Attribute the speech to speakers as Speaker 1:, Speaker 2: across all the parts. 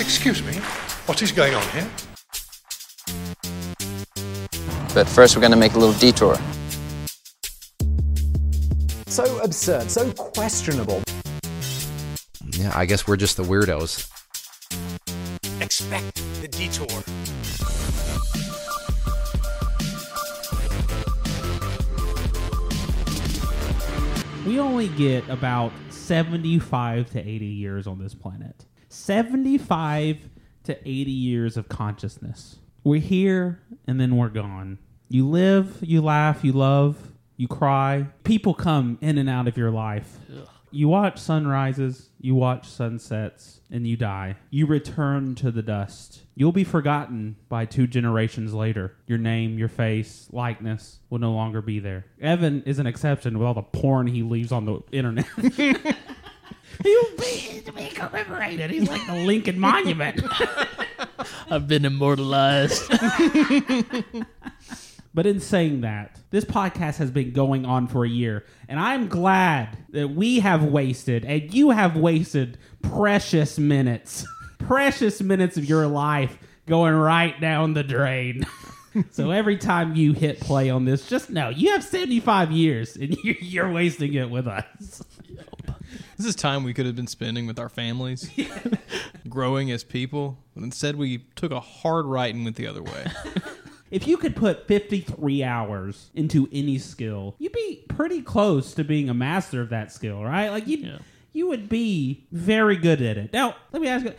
Speaker 1: Excuse me, what is going on here?
Speaker 2: But first, we're going to make a little detour.
Speaker 3: So absurd, so questionable.
Speaker 4: Yeah, I guess we're just the weirdos.
Speaker 5: Expect the detour.
Speaker 6: We only get about 75 to 80 years on this planet. 75 to 80 years of consciousness. We're here and then we're gone. You live, you laugh, you love, you cry. People come in and out of your life. You watch sunrises, you watch sunsets, and you die. You return to the dust. You'll be forgotten by two generations later. Your name, your face, likeness will no longer be there. Evan is an exception with all the porn he leaves on the internet. He'll be, he'll be commemorated. He's like the Lincoln Monument.
Speaker 7: I've been immortalized.
Speaker 6: But in saying that, this podcast has been going on for a year, and I'm glad that we have wasted and you have wasted precious minutes, precious minutes of your life going right down the drain. so every time you hit play on this, just know you have 75 years and you- you're wasting it with us.
Speaker 8: This is time we could have been spending with our families, growing as people, but instead we took a hard right and went the other way.
Speaker 6: If you could put 53 hours into any skill, you'd be pretty close to being a master of that skill, right? Like you
Speaker 7: Yeah.
Speaker 6: you would be very good at it. Now, let me ask you,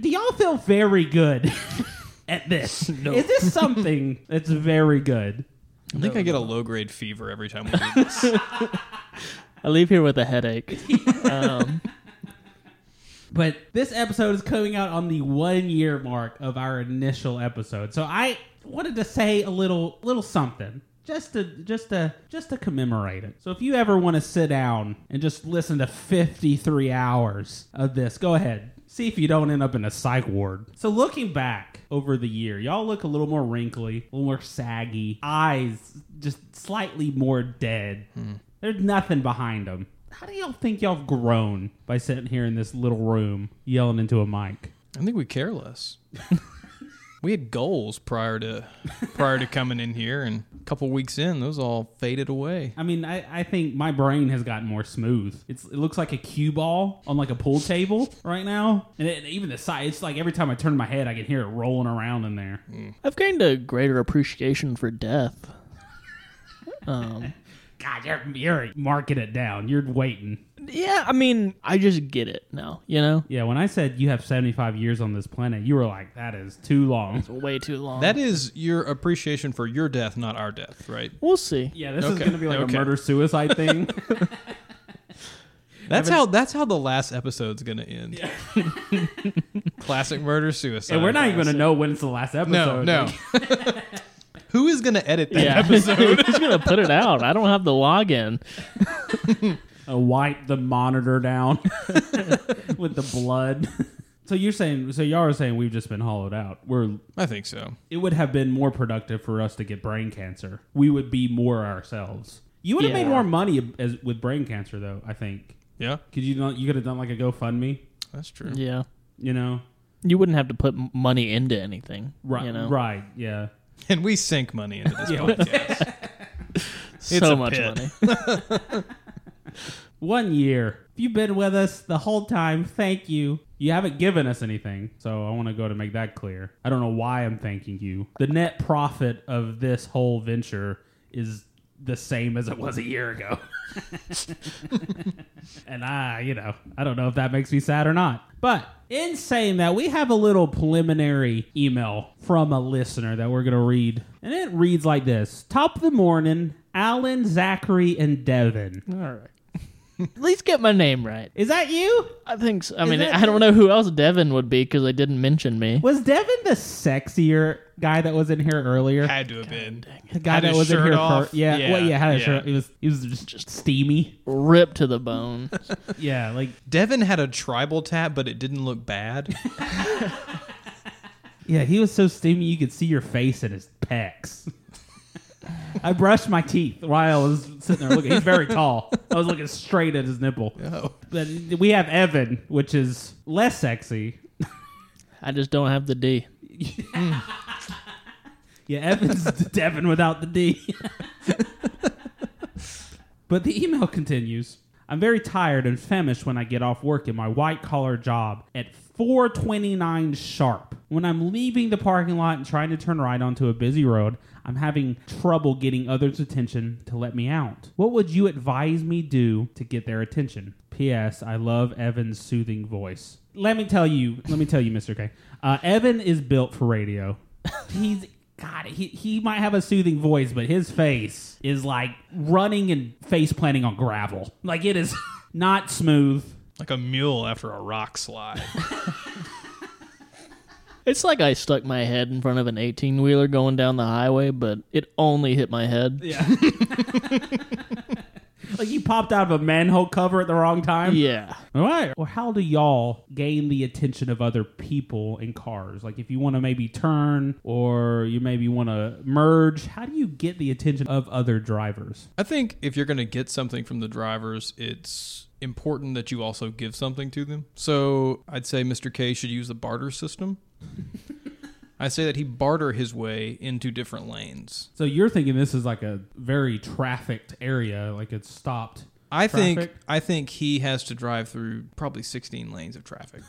Speaker 6: do y'all feel very good at this?
Speaker 7: No.
Speaker 6: Is this something that's very good?
Speaker 8: I think I get a low grade fever every time we do this.
Speaker 7: I leave here with a headache. Um,
Speaker 6: But this episode is coming out on the 1 year mark of our initial episode. So I wanted to say a little little something just to just to just to commemorate it. So if you ever want to sit down and just listen to 53 hours of this, go ahead. See if you don't end up in a psych ward. So looking back over the year, y'all look a little more wrinkly, a little more saggy, eyes just slightly more dead. There's nothing behind them. How do y'all think y'all have grown by sitting here in this little room yelling into a mic?
Speaker 8: I think we care less. we had goals prior to prior to coming in here, and a couple weeks in, those all faded away.
Speaker 6: I mean, I, I think my brain has gotten more smooth. It's it looks like a cue ball on like a pool table right now, and it, even the side. It's like every time I turn my head, I can hear it rolling around in there.
Speaker 7: I've gained a greater appreciation for death. Um,
Speaker 6: God, you're you're marking it down. You're waiting.
Speaker 7: yeah, I mean, I just get it now, you know?
Speaker 6: Yeah, when I said you have seventy five years on this planet, you were like, that is too long.
Speaker 7: Way too long.
Speaker 8: That is your appreciation for your death, not our death, right?
Speaker 7: we'll see.
Speaker 6: Yeah, this is
Speaker 8: Okay,
Speaker 6: gonna be like
Speaker 8: okay.
Speaker 6: a murder suicide thing.
Speaker 8: That's how that's how the last episode's gonna end. Classic murder suicide.
Speaker 6: and we're not even gonna know when it's the last episode.
Speaker 8: No, no. Who is gonna edit that
Speaker 7: Yeah.
Speaker 8: episode?
Speaker 7: Who's going to put it out? I don't have the login.
Speaker 6: uh, wipe the monitor down with the blood. so you're saying, so y'all are saying we've just been hollowed out. We're
Speaker 8: I think so.
Speaker 6: it would have been more productive for us to get brain cancer. We would be more ourselves. You would have
Speaker 7: Yeah.
Speaker 6: made more money as, with brain cancer, though. I think
Speaker 8: Yeah,
Speaker 6: because you not, you could have done like a GoFundMe.
Speaker 8: that's true.
Speaker 7: Yeah.
Speaker 6: You know,
Speaker 7: You wouldn't have to put m- money into anything.
Speaker 6: right?
Speaker 7: You know?
Speaker 6: Right? Yeah.
Speaker 8: And we sink money into this podcast.
Speaker 7: So
Speaker 8: It's a
Speaker 7: much
Speaker 8: pit.
Speaker 7: money.
Speaker 6: One year. If you've been with us the whole time, thank you. You haven't given us anything, so I want to go to make that clear. I don't know why I'm thanking you. The net profit of this whole venture is the same as it was a year ago. and I, you know, I don't know if that makes me sad or not. But in saying that, we have a little preliminary email from a listener that we're going to read. And it reads like this Top of the morning, Alan, Zachary, and Devin.
Speaker 7: All right. At least get my name right.
Speaker 6: Is that you?
Speaker 7: I think. So. I mean,
Speaker 6: that-
Speaker 7: I don't know who else Devin would be because they didn't mention me.
Speaker 6: Was Devin the sexier guy that was in here earlier?
Speaker 8: Had to have been.
Speaker 6: the guy
Speaker 8: had
Speaker 6: that
Speaker 8: his
Speaker 6: was in
Speaker 8: shirt
Speaker 6: here
Speaker 8: off?
Speaker 6: first. Yeah,
Speaker 8: Yeah,
Speaker 6: well, yeah, had a
Speaker 8: yeah.
Speaker 6: shirt. It was he was just, just steamy.
Speaker 7: Ripped to the bone.
Speaker 6: Yeah, like
Speaker 8: Devin had a tribal tat, but it didn't look bad.
Speaker 6: yeah, he was so steamy you could see your face and his pecs. I brushed my teeth while I was sitting there looking. He's very tall. I was looking straight at his nipple.
Speaker 8: Oh.
Speaker 6: But we have Evan, which is less sexy.
Speaker 7: I just don't have the D.
Speaker 6: Yeah, Evans to Devin without the D. but the email continues. I'm very tired and famished when I get off work in my white collar job at 4:29 sharp. When I'm leaving the parking lot and trying to turn right onto a busy road, I'm having trouble getting others' attention to let me out. What would you advise me do to get their attention? P.S. I love Evan's soothing voice. Let me tell you, let me tell you, Mr. K. Uh, Evan is built for radio. He's God, he, he might have a soothing voice, but his face is like running and face planting on gravel. Like it is not smooth.
Speaker 8: Like a mule after a rock slide.
Speaker 7: It's like I stuck my head in front of an 18 wheeler going down the highway, but it only hit my head. Yeah.
Speaker 6: Like you popped out of a manhole cover at the wrong time. All right. Well, how do y'all gain the attention of other people in cars? Like if you want to maybe turn or you maybe want to merge, how do you get the attention of other drivers?
Speaker 8: I think if you're going to get something from the drivers, it's important that you also give something to them. So I'd say Mr. K should use the barter system. I say that he barter his way into different lanes.
Speaker 6: So you're thinking this is like a very trafficked area, like it's stopped.
Speaker 8: I think
Speaker 6: Traffic?
Speaker 8: I think he has to drive through probably 16 lanes of traffic.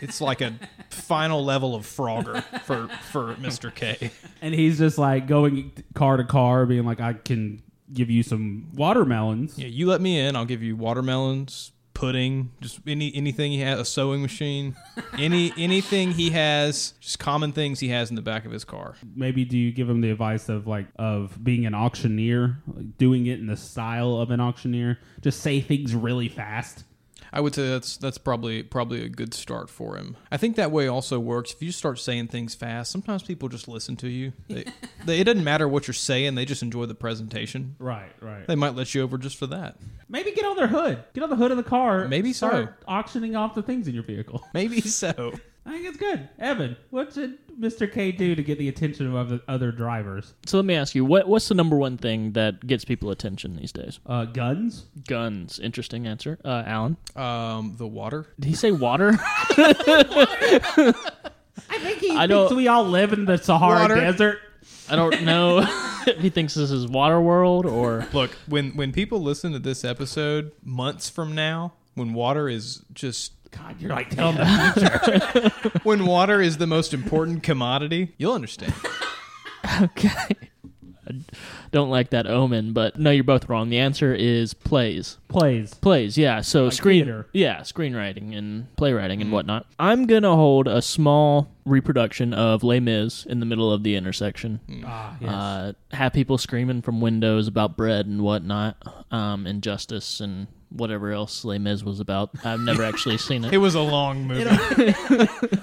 Speaker 8: it's like a final level of Frogger for for Mr. K.
Speaker 6: And he's just like going car to car, being like, I can give you some watermelons.
Speaker 8: Yeah, you let me in. I'll give you watermelons, pudding, just any anything he has. A sewing machine, any anything he has. Just common things he has in the back of his car.
Speaker 6: Maybe do you give him the advice of like of being an auctioneer, like doing it in the style of an auctioneer? Just say things really fast.
Speaker 8: I would say that's that's probably probably a good start for him. I think that way also works. If you start saying things fast, sometimes people just listen to you. They, they, it doesn't matter what you're saying; they just enjoy the presentation.
Speaker 6: Right, right.
Speaker 8: They might let you over just for that.
Speaker 6: Maybe get on their hood. Get on the hood of the car.
Speaker 8: Maybe so.
Speaker 6: start auctioning off the things in your vehicle.
Speaker 8: Maybe so.
Speaker 6: I think it's good. Evan, what should Mr. K do to get the attention of other- other drivers?
Speaker 7: So let me ask you, what what's the number one thing that gets people attention these days?
Speaker 6: Uh, guns?
Speaker 7: Guns. Interesting answer. Uh, Alan,
Speaker 8: Um, the water.
Speaker 7: did he say water?
Speaker 6: I think he
Speaker 7: I
Speaker 6: thinks
Speaker 7: don't-
Speaker 6: we all live in the Sahara
Speaker 8: Water.
Speaker 6: Desert.
Speaker 7: I don't know if he thinks this is water world or
Speaker 8: Look, when when people listen to this episode months from now, when water is just
Speaker 6: God, you're like telling the future.
Speaker 8: when water is the most important commodity, you'll understand.
Speaker 7: okay. I don't like that omen, but no, you're both wrong. The answer is plays.
Speaker 6: Plays.
Speaker 7: Plays, yeah. So screen,
Speaker 6: theater.
Speaker 7: yeah, screenwriting and playwriting and whatnot. I'm gonna hold a small reproduction of Les Mis in the middle of the intersection.
Speaker 6: Ah, yes.
Speaker 7: uh, have people screaming from windows about bread and whatnot, um, injustice and whatever else Les Mis was about. I've never actually seen
Speaker 8: It
Speaker 7: it.
Speaker 8: was a long movie.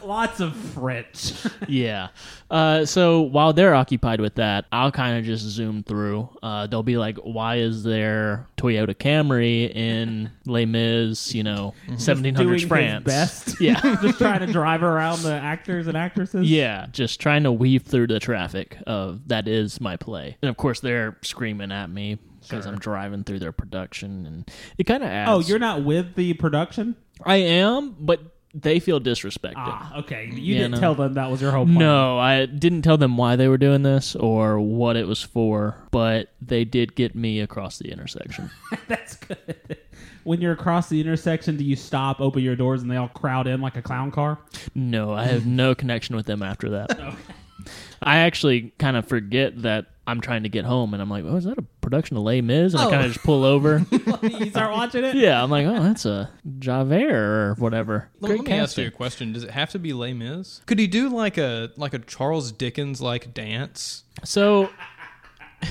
Speaker 6: Lots of French.
Speaker 7: yeah. Uh, so while they're occupied with that, I'll kind of just zoom through. Uh, they'll be like, "Why is there Toyota Camry in Les Mis? You know, 1700s
Speaker 6: Doing his
Speaker 7: France."
Speaker 6: best.
Speaker 7: Yeah.
Speaker 6: Just trying to drive around the actors and actresses.
Speaker 7: Yeah, just trying to weave through the traffic of that is my play. And of course, they're screaming at me because I'm driving through their production, and it kind of adds.
Speaker 6: Oh, you're not with the production?
Speaker 7: I am, but they feel disrespected.
Speaker 6: Ah, okay. You
Speaker 7: Yeah,
Speaker 6: didn't
Speaker 7: no.
Speaker 6: tell them that was your whole plan.
Speaker 7: No, I didn't tell them why they were doing this or what it was for, but they did get me across the intersection.
Speaker 6: That's good. When you're across the intersection, do you stop, open your doors, and they all crowd in like a clown car?
Speaker 7: no, I have no connection with them after that. I actually kind of forget that I'm trying to get home, and I'm like, "Oh, is that a production of Les Mis?" And I
Speaker 8: Oh.
Speaker 7: kind of just pull over.
Speaker 6: you start watching it?
Speaker 7: yeah, I'm like, "Oh, that's a Javert or whatever."
Speaker 8: Let,
Speaker 7: Great
Speaker 8: let me ask you a
Speaker 7: casting.
Speaker 8: question: Does it have to be Les Mis? Could he do like a like a Charles Dickens like dance?
Speaker 7: So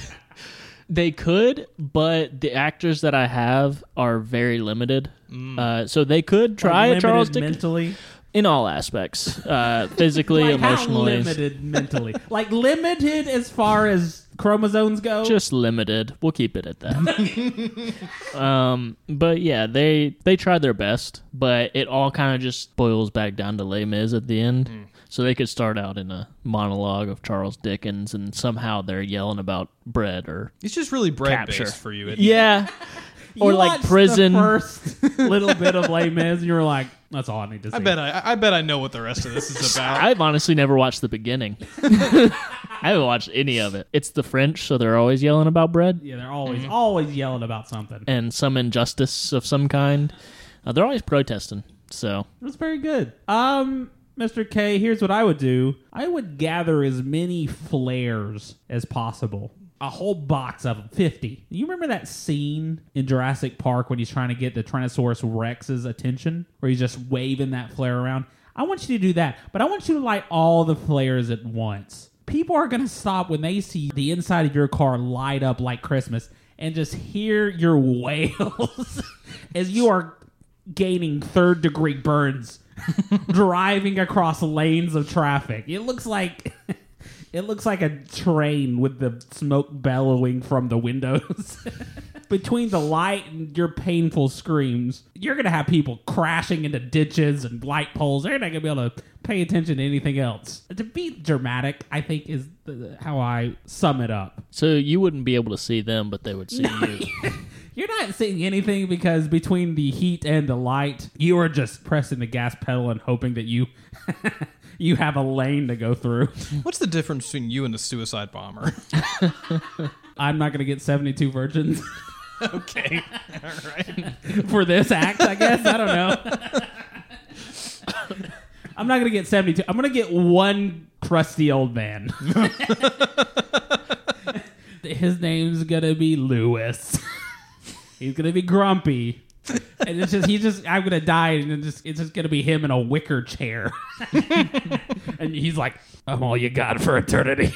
Speaker 7: they could, but the actors that I have are very limited.
Speaker 8: Mm.
Speaker 7: Uh, so they could try a
Speaker 6: Limited
Speaker 7: Charles Dickens
Speaker 6: mentally.
Speaker 7: in all aspects, uh, physically,
Speaker 6: Like,
Speaker 7: emotionally,
Speaker 6: How limited mentally. like limited as far as chromosomes go.
Speaker 7: just limited. We'll keep it at that. um, but yeah, they they tried their best, but it all kind of just boils back down to Les Mis at the end. So they could start out in a monologue of Charles Dickens, and somehow they're yelling about bread or
Speaker 8: It's just really bread
Speaker 7: Capture.
Speaker 8: based for you. isn't it?
Speaker 7: yeah,
Speaker 6: You
Speaker 7: or like
Speaker 6: watched
Speaker 7: prison.
Speaker 6: The first little bit of Les Mis, and you were like, That's all I need to say.
Speaker 8: I bet I, I bet I know what the rest of this is about.
Speaker 7: I've honestly never watched the beginning. I haven't watched any of it. It's the French, so they're always yelling about bread
Speaker 6: Yeah, they're always
Speaker 7: Mm-hmm.
Speaker 6: always yelling about something.
Speaker 7: and some injustice of some kind. Uh, they're always protesting. So
Speaker 6: That's very good. Um, Mr. K, here's what I would do. I would gather as many flares as possible. A whole box of them, 50. You remember that scene in Jurassic Park when he's trying to get the Tyrannosaurus Rex's attention, where he's just waving that flare around? I want you to do that, but I want you to light all the flares at once. People are going to stop when they see the inside of your car light up like Christmas and just hear your wails as you are gaining third degree burns driving across lanes of traffic. It looks like it looks like a train with the smoke bellowing from the windows. Between the light and your painful screams, you're gonna have people crashing into ditches and light poles. They're not gonna be able to pay attention to anything else. To be dramatic, I think is the, how I sum it up.
Speaker 7: so you wouldn't be able to see them, but they would see you.
Speaker 6: You're not seeing anything because between the heat and the light, you are just pressing the gas pedal and hoping that you you have a lane to go through.
Speaker 8: What's the difference between you and the suicide bomber?
Speaker 6: I'm not going to get 72 virgins
Speaker 8: okay.
Speaker 6: for this act, I guess. I don't know. I'm not going to get 72. I'm going to get one crusty old man. His name's going to be Lewis. He's going to be grumpy. And it's just, he's just, I'm going to die. And it's just, it's just going to be him in a wicker chair. and he's like, I'm all you got for eternity.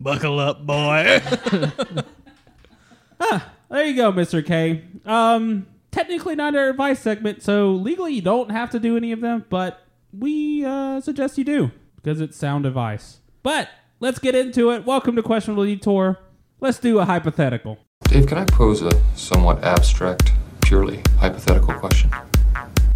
Speaker 8: Buckle up, boy.
Speaker 6: There you go, Mr. K. Um, technically not our advice segment, so legally you don't have to do any of them, but we uh, suggest you do because it's sound advice. But let's get into it. Welcome to Questionable Detour. Let's do a hypothetical.
Speaker 5: Dave, can I pose a somewhat abstract, purely hypothetical question?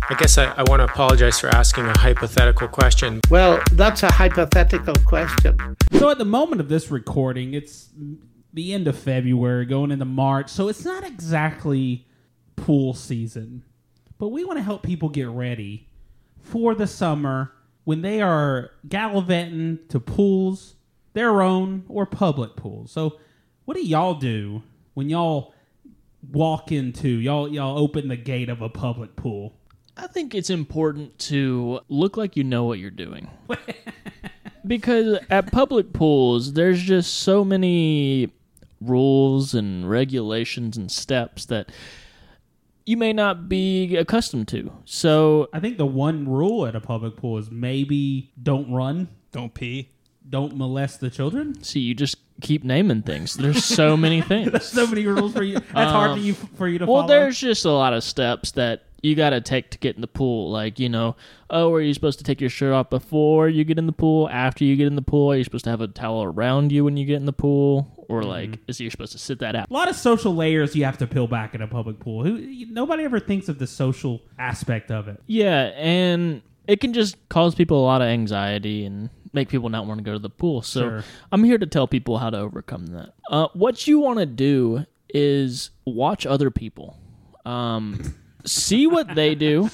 Speaker 9: I guess I, I want to apologize for asking a hypothetical question.
Speaker 10: Well, that's a hypothetical question.
Speaker 6: So at the moment of this recording, it's the end of February, going into March, so it's not exactly pool season. But we want to help people get ready for the summer when they are gallivanting to pools, their own or public pools. So what do y'all do when y'all walk into y'all y'all open the gate of a public pool?
Speaker 7: I think it's important to look like you know what you're doing. because at public pools, there's just so many rules and regulations and steps that you may not be accustomed to. So,
Speaker 6: I think the one rule at a public pool is maybe don't run,
Speaker 8: Don't pee.
Speaker 6: don't molest the children.
Speaker 7: see, you just keep naming things. There's so many things.
Speaker 6: so many rules for you. That's hard for you for you to
Speaker 7: Um, Well,
Speaker 6: follow.
Speaker 7: there's just a lot of steps that you got to take to get in the pool. Like, you know, oh, are you supposed to take your shirt off before you get in the pool? After you get in the pool? Are you supposed to have a towel around you when you get in the pool?
Speaker 6: Mm-hmm.
Speaker 7: Or, like, is you're supposed to sit that out?
Speaker 6: a lot of social layers you have to peel back in a public pool. Who nobody ever thinks of the social aspect of it.
Speaker 7: Yeah, and it can just cause people a lot of anxiety and make people not want to go to the pool. So
Speaker 6: Sure.
Speaker 7: I'm here to tell people how to overcome that. Uh, what you want to do is watch other people, um, see what they do,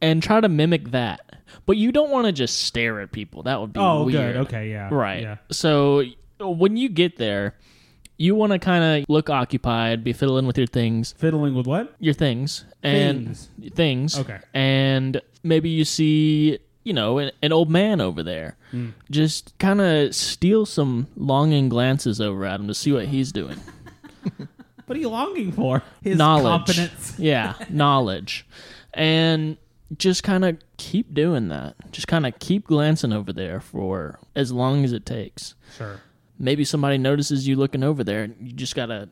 Speaker 7: and try to mimic that. But you don't want to just stare at people. That would be
Speaker 6: Oh,
Speaker 7: weird.
Speaker 6: good. Okay, yeah,
Speaker 7: Right.
Speaker 6: yeah.
Speaker 7: So when you get there, you want to kind of look occupied, be fiddling with your things,
Speaker 6: Fiddling with what?
Speaker 7: your things and
Speaker 6: Things.
Speaker 7: things.
Speaker 6: Okay.
Speaker 7: And maybe you see, you know, an, an old man over there.
Speaker 6: Hmm.
Speaker 7: Just kind of steal some longing glances over at him to see what he's doing.
Speaker 6: What are you longing for? His
Speaker 7: knowledge.
Speaker 6: confidence.
Speaker 7: yeah, knowledge. And just kind of keep doing that. Just kind of keep glancing over there for as long as it takes.
Speaker 6: Sure.
Speaker 7: Maybe somebody notices you looking over there and you just got to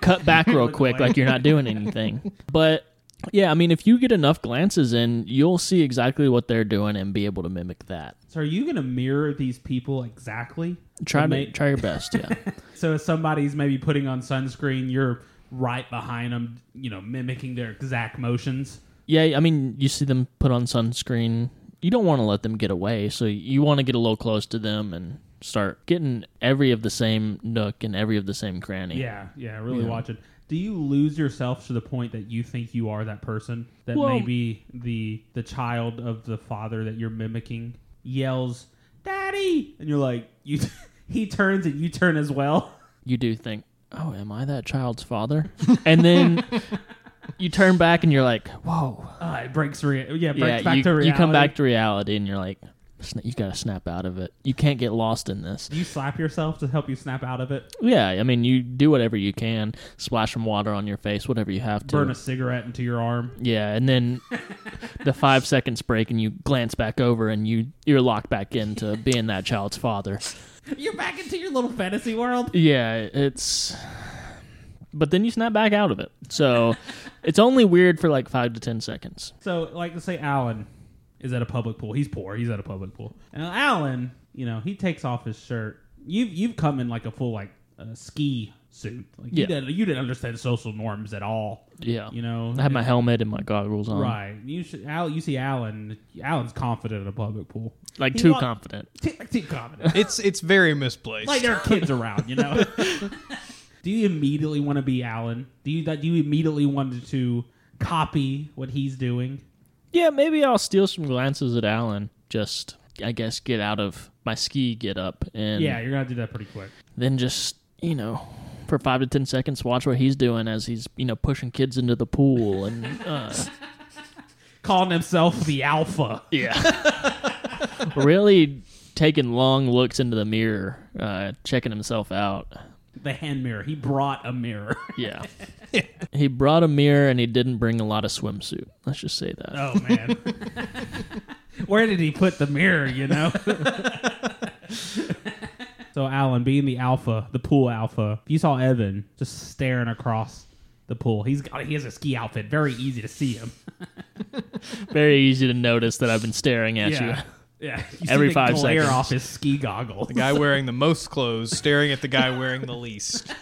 Speaker 7: cut back real quick like you're not doing anything. But yeah, I mean, if you get enough glances in, you'll see exactly what they're doing and be able to mimic that.
Speaker 6: So are you gonna mirror these people exactly?
Speaker 7: Try to,
Speaker 6: Ama-
Speaker 7: try your best. Yeah.
Speaker 6: So if somebody's maybe putting on sunscreen, you're right behind them, you know, mimicking their exact motions.
Speaker 7: yeah. I mean, you see them put on sunscreen. You don't want to let them get away. So you want to get a little close to them and start getting every of the same nook and every of the same cranny.
Speaker 6: Yeah, yeah, really watching. Do you lose yourself to the point that you think you are that person that
Speaker 7: Well-
Speaker 6: maybe the the child of the father that you're mimicking yells, "Daddy!" and you're like, you he turns and you turn as well.
Speaker 7: You do think, oh, am I that child's father? and then you turn back and you're like, whoa.
Speaker 6: Uh, it breaks rea- yeah, it breaks
Speaker 7: Yeah,
Speaker 6: back
Speaker 7: you,
Speaker 6: to reality.
Speaker 7: you come back to reality and you're like, "Sna- you gotta snap out of it. You can't get lost in this.
Speaker 6: Do you slap yourself to help you snap out of it?
Speaker 7: Yeah, I mean, you do whatever you can, splash some water on your face, whatever you have to.
Speaker 6: Burn a cigarette into your arm.
Speaker 7: Yeah, and then the five seconds break, and you glance back over, and you you're locked back into being that child's father.
Speaker 6: You're back into your little fantasy world.
Speaker 7: Yeah, it's. But then you snap back out of it, so it's only weird for like five to ten seconds.
Speaker 6: So, like, let's say Alan is at a public pool. He's poor. He's at a public pool. And Alan, you know, he takes off his shirt. You've you've come in like a full like uh, ski suit. Like you
Speaker 7: Yeah.
Speaker 6: didn't you didn't understand social norms at all.
Speaker 7: Yeah,
Speaker 6: You know,
Speaker 7: I have my helmet and my goggles on.
Speaker 6: right. You should. Al, you see Alan. Alan's confident in a public pool.
Speaker 7: like
Speaker 6: He
Speaker 7: too
Speaker 6: wa-
Speaker 7: confident.
Speaker 6: Too, too confident.
Speaker 8: It's it's very misplaced.
Speaker 6: like there are kids around. You know. do you immediately want to be Alan? Do you do you immediately want to copy what he's doing?
Speaker 7: Yeah, maybe I'll steal some glances at Alan. Just I guess get out of my ski get up and
Speaker 6: Yeah, you're gonna do that pretty quick.
Speaker 7: then just you know for five to ten seconds watch what he's doing as he's you know pushing kids into the pool and uh,
Speaker 6: calling himself the alpha.
Speaker 7: yeah really taking long looks into the mirror uh, checking himself out
Speaker 6: The hand mirror. He brought a mirror.
Speaker 7: yeah he brought a mirror and he didn't bring a lot of swimsuit let's just say that
Speaker 6: Oh man. Where did he put the mirror, you know? so Alan, being the alpha, the pool alpha, if you saw Evan just staring across the pool. He's got he has a ski outfit, very easy to see him.
Speaker 7: very easy to notice that i've been staring at you
Speaker 6: Yeah. You
Speaker 7: Every
Speaker 6: see the
Speaker 7: five
Speaker 6: glare
Speaker 7: seconds.
Speaker 6: off his ski goggles.
Speaker 8: guy wearing the most clothes staring at the guy wearing the least.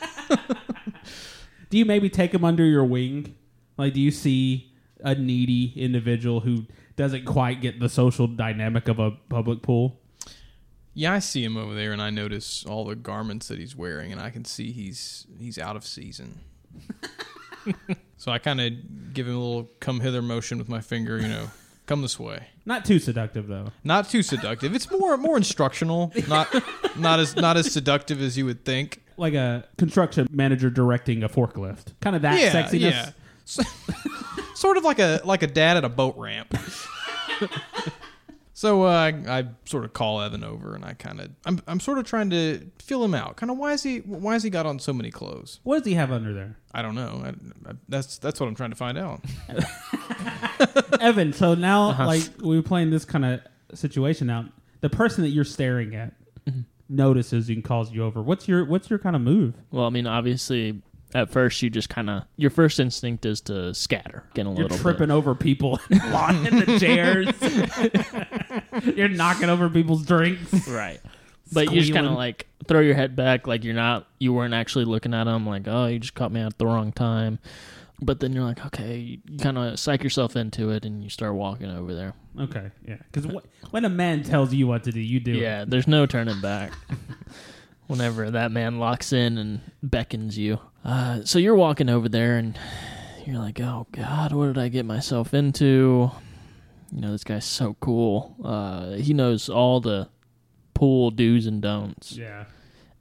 Speaker 6: do you maybe take him under your wing? Like, do you see a needy individual who doesn't quite get the social dynamic of a public pool?
Speaker 8: Yeah, I see him over there, and I notice all the garments that he's wearing, and I can see he's he's out of season. so I kind of give him a little come hither motion with my finger, you know, come this way.
Speaker 6: Not too seductive, though.
Speaker 8: Not too seductive. It's more more instructional. Not not as not as seductive as you would think.
Speaker 6: Like a construction manager directing a forklift. Kind of that
Speaker 8: Yeah,
Speaker 6: sexiness.
Speaker 8: yeah. So- sort of like a like a dad at a boat ramp. so uh, I, I sort of call Evan over, and I kind of I'm I'm sort of trying to feel him out. Kind of why is he why has he got on so many clothes?
Speaker 6: What does he have under there?
Speaker 8: I don't know. I, I, that's that's what I'm trying to find out.
Speaker 6: Evan, so now, like, we were playing this kind of situation out. The person that you're staring at notices and calls you over. What's your What's your kind of move?
Speaker 7: well i mean obviously at first you just kind of your first instinct is to scatter get a
Speaker 6: You're
Speaker 7: little bit.
Speaker 6: tripping over people in lawn- in the chairs. you're knocking over people's drinks.
Speaker 7: right but you just kind of
Speaker 6: Squealing.
Speaker 7: like throw your head back like you're not you weren't actually looking at them like oh you just caught me at the wrong time but then you're like okay you kind of psych yourself into it and you start walking over there
Speaker 6: Okay, yeah. Because when a man tells you what to do, you do it.
Speaker 7: yeah there's no turning back whenever that man locks in and beckons you uh, so you're walking over there and you're like oh god what did i get myself into you know this guy's so cool uh, he knows all the pool do's and don'ts
Speaker 6: Yeah.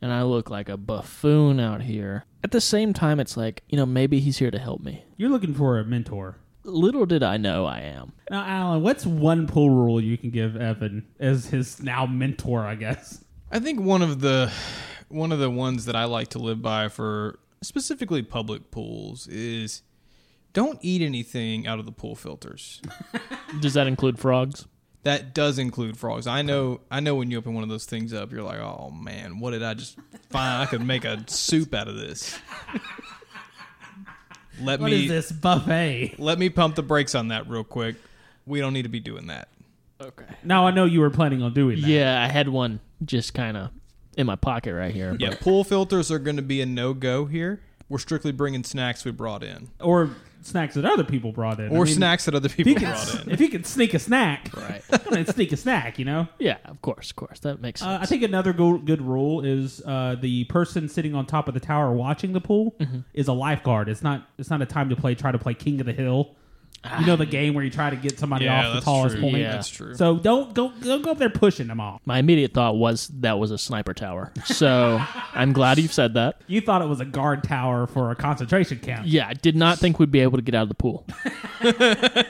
Speaker 7: and I look like a buffoon out here. At the same time, it's like, you know, maybe he's here to help me.
Speaker 6: You're looking for a mentor.
Speaker 7: Little did I know I am.
Speaker 6: Now, Alan, what's one pool rule you can give Evan as his now mentor, I guess?
Speaker 8: I think one of the one of the ones that I like to live by for specifically public pools is don't eat anything out of the pool filters.
Speaker 7: Does that include frogs?
Speaker 8: That does include frogs. I know. I know when you open one of those things up, you're like, "Oh man, what did I just find? I could make a soup out of this." Let
Speaker 6: What is
Speaker 8: me
Speaker 6: this buffet?
Speaker 8: let me pump the brakes on that real quick. We don't need to be doing that.
Speaker 7: Okay.
Speaker 6: Now, I know you were planning on doing that.
Speaker 7: Yeah, I had one just kind of in my pocket right here.
Speaker 8: Yeah, pool filters are going to be a no go here. We're strictly bringing snacks we brought in.
Speaker 6: Or snacks that other people brought in. I
Speaker 8: or
Speaker 6: mean,
Speaker 8: snacks that other
Speaker 6: If he,
Speaker 8: people
Speaker 6: can,
Speaker 8: brought in.
Speaker 6: if he can sneak a snack,
Speaker 7: Right.
Speaker 6: I'm gonna sneak a snack. You know.
Speaker 7: Yeah, of course, of course. That makes
Speaker 6: Uh,
Speaker 7: sense.
Speaker 6: I think another go- good rule is uh, the person sitting on top of the tower watching the pool
Speaker 8: Mm-hmm.
Speaker 6: is a lifeguard. It's not. It's not a time to play. Try to play King of the Hill. You know the game where you try to get somebody
Speaker 8: Ah. Yeah,
Speaker 6: off the
Speaker 8: that's
Speaker 6: tallest
Speaker 8: true.
Speaker 6: point.
Speaker 7: Yeah.
Speaker 8: That's true.
Speaker 6: So don't go don't go up there pushing them all.
Speaker 7: My immediate thought was that was a sniper tower. So I'm glad you've said that.
Speaker 6: You thought it was a guard tower for a concentration camp.
Speaker 7: Yeah, I did not think we'd be able to get out of the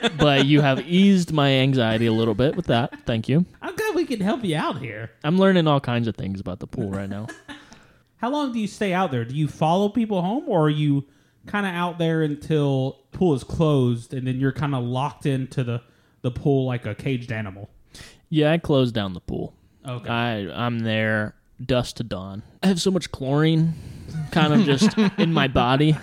Speaker 7: pool. but you have eased my anxiety a little bit with that. Thank you.
Speaker 6: I'm glad we can help you out here.
Speaker 7: I'm learning all kinds of things about the pool right now.
Speaker 6: How long do you stay out there? Do you follow people home or are you kind of out there until pool is closed and then you're kind of locked into the, the pool like a caged animal?
Speaker 7: Yeah, I closed down the pool.
Speaker 6: Okay.
Speaker 7: I I'm there dusk to dawn. I have so much chlorine kind of just in my body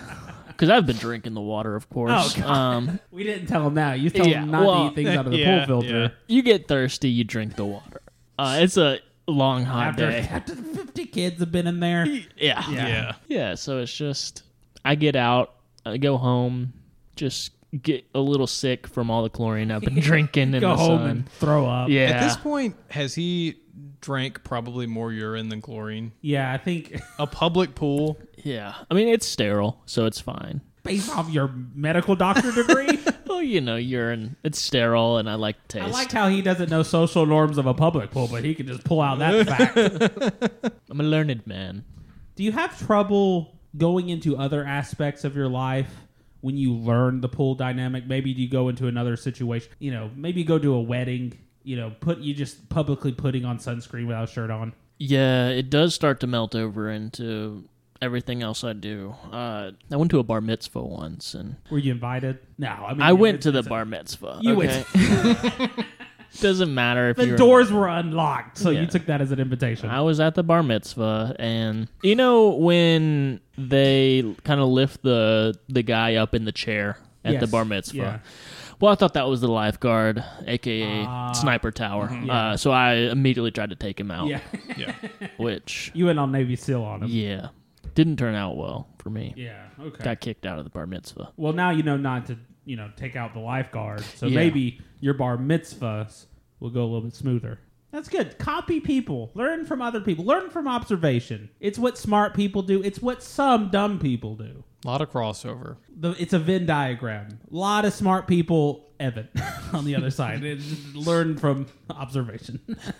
Speaker 7: cuz I've been drinking the water, of course.
Speaker 6: Oh, God.
Speaker 7: um
Speaker 6: we didn't tell them that. You told
Speaker 7: Yeah,
Speaker 6: them not
Speaker 7: well,
Speaker 6: to eat things out of the
Speaker 8: yeah,
Speaker 6: pool filter.
Speaker 7: you get thirsty, you drink the water. Uh, it's a long hot
Speaker 6: After,
Speaker 7: day.
Speaker 6: after the 50 kids have been in there.
Speaker 7: Yeah.
Speaker 8: Yeah.
Speaker 7: Yeah, so it's just I get out, I go home, just get a little sick from all the chlorine I've been drinking in
Speaker 6: Go
Speaker 7: the
Speaker 6: home
Speaker 7: sun.
Speaker 6: and throw up.
Speaker 7: yeah.
Speaker 8: At this point, has he drank probably more urine than chlorine?
Speaker 6: Yeah, I think
Speaker 8: A public pool.
Speaker 7: yeah. I mean, it's sterile, so it's fine.
Speaker 6: based off your medical doctor degree,
Speaker 7: Well, you know, urine, it's sterile and I like the
Speaker 6: I
Speaker 7: taste.
Speaker 6: like how he doesn't know social norms of a public pool, but he can just pull out that fact.
Speaker 7: I'm a learned man.
Speaker 6: Do you have trouble going into other aspects of your life when you learn the pool dynamic? Maybe do you go into another situation? You know, maybe go to a wedding. You know, put you just publicly putting on sunscreen without a shirt on.
Speaker 7: Yeah, it does start to melt over into everything else I do. Uh, I went to a bar mitzvah once, and
Speaker 6: Were you invited? No, I mean
Speaker 7: I went
Speaker 6: it's-
Speaker 7: to the
Speaker 6: it's a-
Speaker 7: bar mitzvah.
Speaker 6: You
Speaker 7: okay? Doesn't matter if
Speaker 6: The
Speaker 7: you're
Speaker 6: doors were unlocked, so
Speaker 7: Yeah.
Speaker 6: you took that as an invitation.
Speaker 7: I was at the bar mitzvah, and you know when they kind of lift the the guy up in the chair at the
Speaker 6: Yes,
Speaker 7: bar mitzvah.
Speaker 6: yeah.
Speaker 7: Well, I thought that was the lifeguard, aka
Speaker 6: Ah,
Speaker 7: sniper tower. Uh, so I immediately tried to take him out,
Speaker 6: mm-hmm. yeah,
Speaker 8: Yeah.
Speaker 7: which
Speaker 6: you went on Navy SEAL on him.
Speaker 7: yeah, didn't turn out well for me.
Speaker 6: Yeah. Okay.
Speaker 7: Got kicked out of the bar mitzvah.
Speaker 6: Well, now you know not to you know take out the lifeguard, so
Speaker 7: Yeah.
Speaker 6: maybe your bar mitzvahs will go a little bit smoother. That's good. Copy people. Learn from other people. Learn from observation. It's what smart people do. It's what some dumb people do.
Speaker 8: A lot of crossover.
Speaker 6: The, it's a Venn diagram. A lot of smart people, Evan, on the other side. It- Learn from observation.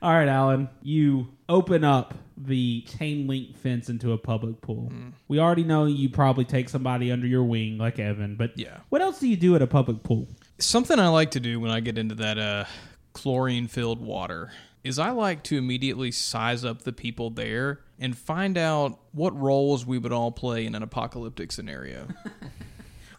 Speaker 6: All right, Alan. You open up the chain link fence into a public pool.
Speaker 8: Mm.
Speaker 6: We already know you probably take somebody under your wing, like Evan. But
Speaker 8: Yeah.
Speaker 6: what else do you do at a public pool?
Speaker 8: Something I like to do when I get into that uh, chlorine filled water is I like to immediately size up the people there and find out what roles we would all play in an apocalyptic scenario.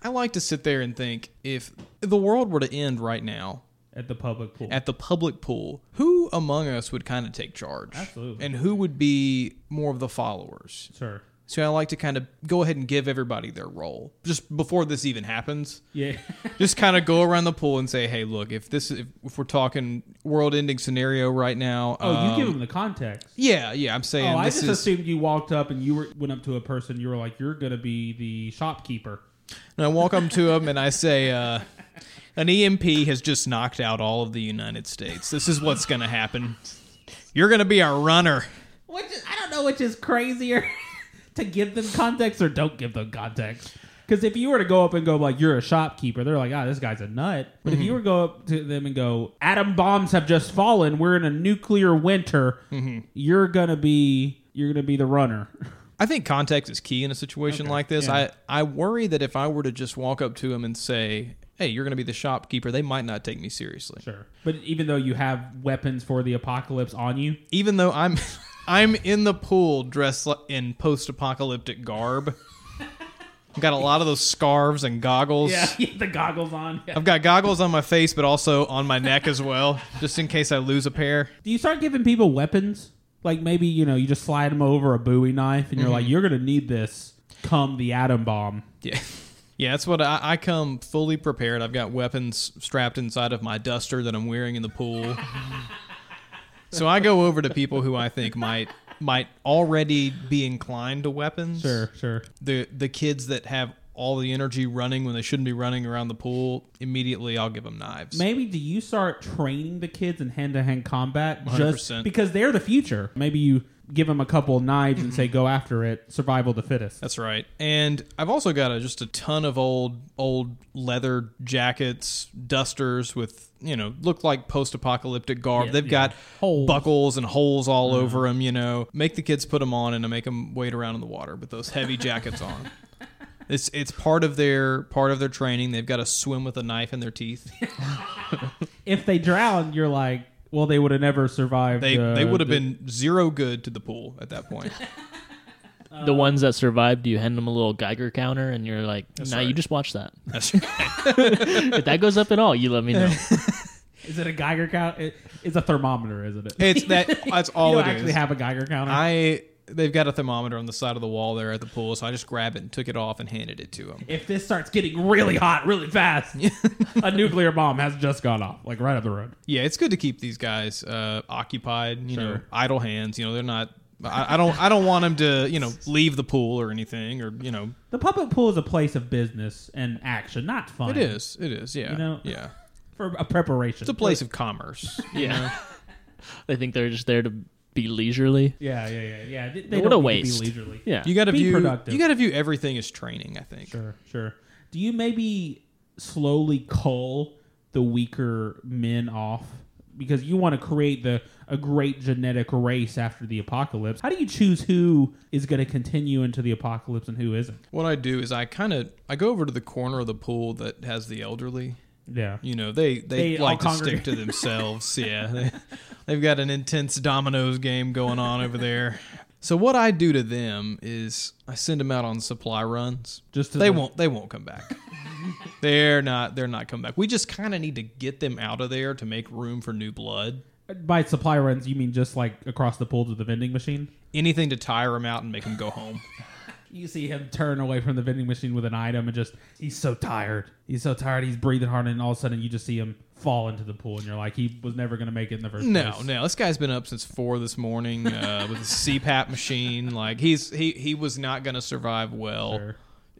Speaker 8: I like to sit there and think if the world were to end right now
Speaker 6: At the public pool.
Speaker 8: at the public pool, who among us would kind of take charge?
Speaker 6: Absolutely.
Speaker 8: And who would be more of the followers?
Speaker 6: sure.
Speaker 8: So I like to kind of go ahead and give everybody their role just before this even happens
Speaker 6: Yeah.
Speaker 8: just kind of go around the pool and say, "Hey, look, if this if, if we're talking world-ending scenario right now,
Speaker 6: oh,
Speaker 8: um,
Speaker 6: you give them the context.
Speaker 8: yeah, yeah, I'm saying
Speaker 6: Oh, I
Speaker 8: this
Speaker 6: just
Speaker 8: is
Speaker 6: assumed you walked up and you were, went up to a person. You were like, "You're gonna be the shopkeeper."
Speaker 8: and I walk up to him and I say, uh, "An EMP has just knocked out all of the United States. This is what's going to happen. You're going to be our runner."
Speaker 6: Which is, I don't know which is crazier to give them context or don't give them context. Because if you were to go up and go like you're a shopkeeper, they're like, ah, this guy's a nut. But if you were to go up to them and go, atom bombs have just fallen, we're in a nuclear winter. You're gonna be you're gonna be the runner.
Speaker 8: I think context is key in a situation like this. I, I worry that if I were to just walk up to him and say, "Hey, you're going to be the shopkeeper," they might not take me seriously.
Speaker 6: Sure. But even though you have weapons for the apocalypse on you,
Speaker 8: even though I'm I'm in the pool dressed li- in post-apocalyptic garb. I've got a lot of those scarves and goggles.
Speaker 6: the goggles on. Yeah.
Speaker 8: I've got goggles on my face, but also on my neck as well, just in case I lose a pair.
Speaker 6: Do you start giving people weapons? Like maybe you know you just slide them over a Bowie knife, and you're like, you're gonna need this. Come the atom bomb.
Speaker 8: Yeah, yeah, that's what I, I come fully prepared. I've got weapons strapped inside of my duster that I'm wearing in the pool. so I go over to people who I think might might already be inclined to weapons.
Speaker 6: Sure, sure.
Speaker 8: the the kids that have all the energy running when they shouldn't be running around the pool, immediately I'll give them knives.
Speaker 6: Maybe do you start training the kids in hand to hand combat just
Speaker 8: 100%.
Speaker 6: because they're the future? Maybe you give them a couple knives and say, "Go after it, survival of the fittest."
Speaker 8: Mm-hmm. That's right. And I've also got a, just a ton of old old leather jackets, dusters with you know look like post apocalyptic garb. They've got
Speaker 6: Holes.
Speaker 8: buckles and holes all over 'em, over them. You know, make the kids put them on and I make them wade around in the water with those heavy jackets on. It's it's part of their part of their training. They've got to swim with a knife in their teeth.
Speaker 6: If they drown, you're like, well, they would have never survived.
Speaker 8: They
Speaker 6: uh,
Speaker 8: they would have
Speaker 6: the-
Speaker 8: been zero good to the pool at that point.
Speaker 6: Uh,
Speaker 7: the ones that survived, you hand them a little Geiger counter, and you're like, "Nah, you
Speaker 8: right.
Speaker 7: just watch that.
Speaker 8: That's right.
Speaker 7: If that goes up at all, you let me know."
Speaker 6: Is it a Geiger count? It, it's a thermometer, isn't it?
Speaker 8: It's that. That's all
Speaker 6: you
Speaker 8: it
Speaker 6: don't actually
Speaker 8: is.
Speaker 6: have a Geiger counter.
Speaker 8: I they've got a thermometer on the side of the wall there at the pool, so I just grabbed it and took it off and handed it to him.
Speaker 6: if this starts getting really hot really fast, a nuclear bomb has just gone off, like right up the road.
Speaker 8: Yeah, it's good to keep these guys uh, occupied. You know,
Speaker 6: Sure.
Speaker 8: idle hands. You know, they're not. I, I don't. I don't want them to. You know, leave the pool or anything. Or you know,
Speaker 6: The public pool is a place of business and action, not fun.
Speaker 8: it is. It is. Yeah.
Speaker 6: You know-
Speaker 8: yeah.
Speaker 6: for a preparation.
Speaker 8: It's a place of commerce.
Speaker 7: yeah, they think they're just there to be leisurely.
Speaker 6: Yeah, yeah, yeah, yeah. They, they
Speaker 7: What
Speaker 6: don't
Speaker 7: a
Speaker 6: need to
Speaker 7: waste.
Speaker 6: Be leisurely.
Speaker 7: Yeah,
Speaker 8: You got to
Speaker 6: Be
Speaker 8: view.
Speaker 6: productive.
Speaker 8: You got to view everything as training. I think.
Speaker 6: Sure, sure. Do you maybe slowly cull the weaker men off because you want to create the a great genetic race after the apocalypse? How do you choose who is going to continue into the apocalypse and who isn't?
Speaker 8: What I do is I kind of I go over to the corner of the pool that has the elderly.
Speaker 6: Yeah.
Speaker 8: You know, they they,
Speaker 6: They all
Speaker 8: like to
Speaker 6: congregate.
Speaker 8: stick to themselves. yeah, they, they've got an intense dominoes game going on over there. So what I do to them is I send them out on supply runs.
Speaker 6: Just to
Speaker 8: they
Speaker 6: the-
Speaker 8: won't they won't come back. they're not they're not coming back. We just kind of need to get them out of there to make room for new blood.
Speaker 6: By supply runs, you mean just like across the pool to the vending machine?
Speaker 8: Anything to tire them out and make them go home.
Speaker 6: You see him turn away from the vending machine with an item and just, he's so tired. He's so tired. He's breathing hard. And all of a sudden, you just see him fall into the pool. And you're like, he was never going to make it in the first
Speaker 8: No,
Speaker 6: place.
Speaker 8: no. This guy's been up since four this morning uh, with a CPAP machine. Like he's he he was not going to survive well
Speaker 6: Sure.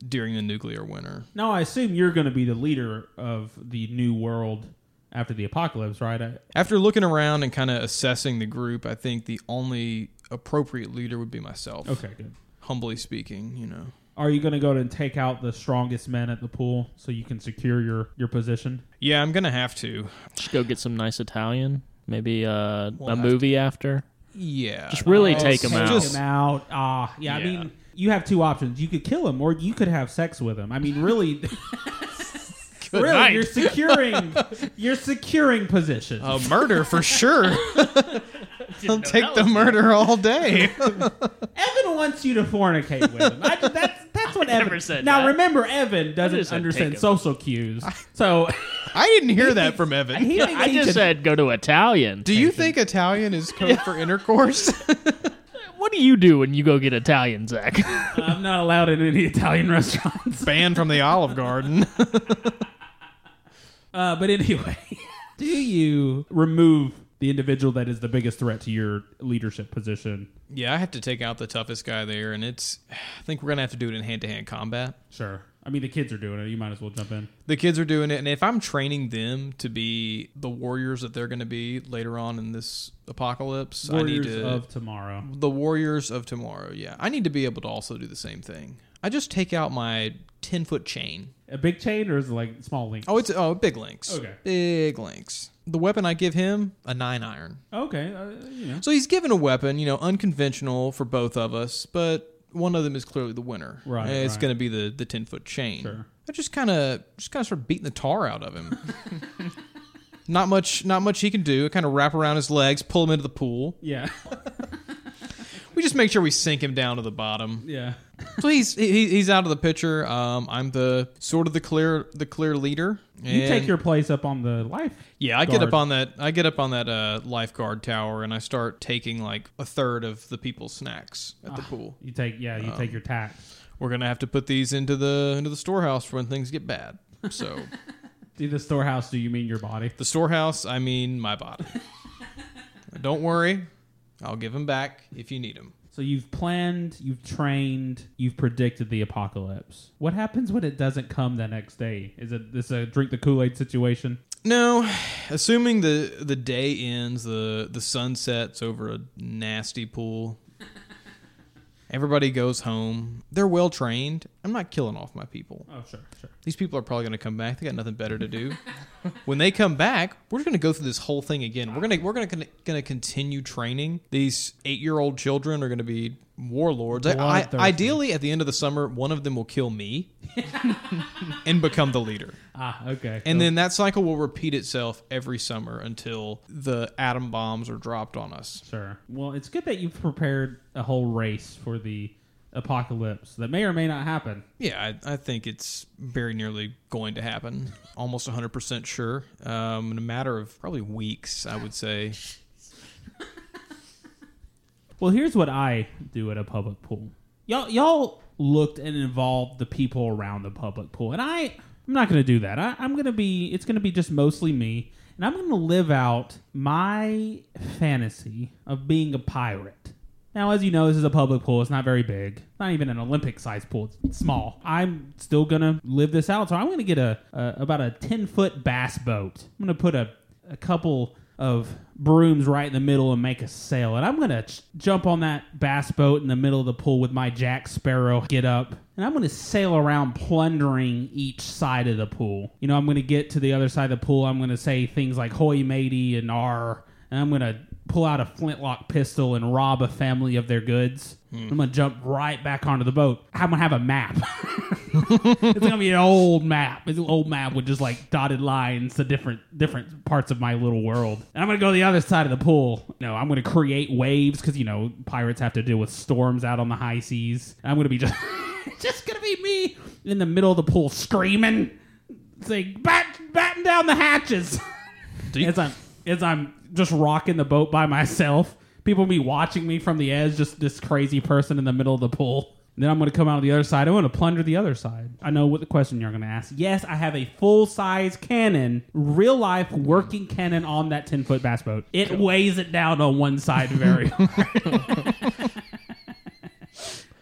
Speaker 8: during the nuclear winter.
Speaker 6: Now, I assume you're going to be the leader of the new world after the apocalypse, right? I,
Speaker 8: After looking around and kind of assessing the group, I think the only appropriate leader would be myself.
Speaker 6: okay, good.
Speaker 8: Humbly speaking, you know.
Speaker 6: Are you going to go and take out the strongest men at the pool so you can secure your, your position?
Speaker 8: Yeah, I'm gonna have to.
Speaker 7: just go get some nice Italian. Maybe uh, a
Speaker 8: have
Speaker 7: movie after.
Speaker 8: Yeah.
Speaker 7: Just really take 'em
Speaker 8: so
Speaker 7: out.
Speaker 6: Take
Speaker 8: just-
Speaker 6: him out. Ah, yeah, I
Speaker 7: Yeah.
Speaker 6: mean, you have two options. You could kill him, or you could have sex with him. I mean, really, really,
Speaker 8: night.
Speaker 6: you're securing, you're securing position.
Speaker 7: Oh.
Speaker 8: A murder for sure. I'll take the murder all day.
Speaker 6: Evan wants you to fornicate with him. I, that's that's what Evan
Speaker 7: never said
Speaker 6: Now
Speaker 7: that.
Speaker 6: remember, Evan doesn't
Speaker 7: just said
Speaker 6: understand
Speaker 7: take him.
Speaker 6: social cues, so
Speaker 8: I didn't hear that from Evan.
Speaker 6: he thinks
Speaker 7: I
Speaker 6: he
Speaker 7: just
Speaker 6: could-
Speaker 7: said go to Italian.
Speaker 8: Do you think Italian is code for intercourse?
Speaker 7: What do you do when you go get Italian, Zach?
Speaker 6: I'm not allowed in any Italian restaurants.
Speaker 8: Banned from the Olive Garden.
Speaker 6: Uh, but anyway, do you remove the individual that is the biggest threat to your leadership position?
Speaker 8: Yeah, I have to take out the toughest guy there, and it's. I think we're gonna have to do it in hand-to-hand combat.
Speaker 6: Sure. I mean, the kids are doing it. You might as well jump in.
Speaker 8: The kids are doing it, and if I'm training them to be the warriors that they're gonna be later on in this apocalypse,
Speaker 6: Warriors
Speaker 8: I need to
Speaker 6: of tomorrow.
Speaker 8: the warriors of tomorrow. Yeah, I need to be able to also do the same thing. I just take out my ten-foot chain.
Speaker 6: A big chain or is it like small link?
Speaker 8: Oh, it's oh big links.
Speaker 6: Okay.
Speaker 8: big links. The weapon I give him a nine iron.
Speaker 6: Okay. Uh, you know.
Speaker 8: So he's given a weapon, you know, unconventional for both of us, but one of them is clearly the winner.
Speaker 6: Right,
Speaker 8: It's
Speaker 6: right.
Speaker 8: going to be the the ten foot chain.
Speaker 6: Sure.
Speaker 8: I just kind of just kind of start beating the tar out of him. not much, not much he can do. I kind of wrap around his legs, pull him into the pool.
Speaker 6: Yeah.
Speaker 8: We just make sure we sink him down to the bottom.
Speaker 6: yeah.
Speaker 8: so he's he, he's out of the picture. Um, I'm the sort of the clear the clear leader.
Speaker 6: You take
Speaker 8: And-
Speaker 6: your place up on the life.
Speaker 8: yeah, I get
Speaker 6: guard.
Speaker 8: up on that. I get up on that uh, lifeguard tower, and I start taking like a third of the people's snacks at the
Speaker 6: Ah,
Speaker 8: pool.
Speaker 6: You take yeah. You
Speaker 8: Um.
Speaker 6: take your tax.
Speaker 8: We're gonna have to put these into the into the storehouse for when things get bad. So
Speaker 6: Do the storehouse? Do you mean your body?
Speaker 8: the storehouse, I mean my body. Don't worry, I'll give them back if you need them.
Speaker 6: So you've planned, you've trained, you've predicted the apocalypse. What happens when it doesn't come the next day? Is it this a drink the Kool Aid situation?
Speaker 8: No, assuming the the day ends, the the sun sets over a nasty pool. Everybody goes home. They're well trained. I'm not killing off my people.
Speaker 6: Oh sure, sure.
Speaker 8: These people are probably going to come back. They got nothing better to do. when they come back, we're just going to go through this whole thing again. We're going to we're going to going to continue training. These 8-year-old children are going to be warlords. I, I,
Speaker 6: Bloodthirsty.
Speaker 8: ideally at the end of the summer, one of them will kill me and become the leader.
Speaker 6: Ah, okay.
Speaker 8: And then that cycle will repeat itself every summer until the atom bombs are dropped on us.
Speaker 6: sure. Well, it's good that you've prepared a whole race for the apocalypse that may or may not happen.
Speaker 8: Yeah, I, I think it's very nearly going to happen. Almost 100% sure. Um, in a matter of probably weeks, I would say.
Speaker 6: Well, here's what I do at a public pool. Y'all, y'all looked and involved the people around the public pool, and I, I'm not going to do that. I, I'm going to be, it's going to be just mostly me, and I'm going to live out my fantasy of being a pirate. Now, as you know, this is a public pool. It's not very big. It's not even an Olympic-sized pool. It's small. I'm still gonna live this out. So I'm gonna get a, a about a ten-foot bass boat. I'm gonna put a a couple of brooms right in the middle and make a sail. And I'm going to ch- jump on that bass boat in the middle of the pool with my Jack Sparrow, get up, and I'm going to sail around plundering each side of the pool. You know, I'm going to get to the other side of the pool. I'm going to say things like hoy matey and R, and I'm going to pull out a flintlock pistol and rob a family of their goods. I'm going to jump right back onto the boat. I'm going to have a map. it's gonna be an old map. It's an old map with just like dotted lines to different different parts of my little world. And I'm gonna go to the other side of the pool. No, I'm gonna create waves because you know pirates have to deal with storms out on the high seas. And I'm gonna be just just gonna be me in the middle of the pool screaming, saying bat batten down the hatches. as I'm as I'm just rocking the boat by myself. People will be watching me from the edge, just this crazy person in the middle of the pool. And then I'm going to come out on the other side. I'm going to plunder the other side. I know what the question you're going to ask. Yes, I have a full size cannon, real life working cannon on that 10 foot bass boat. It weighs it down on one side very hard.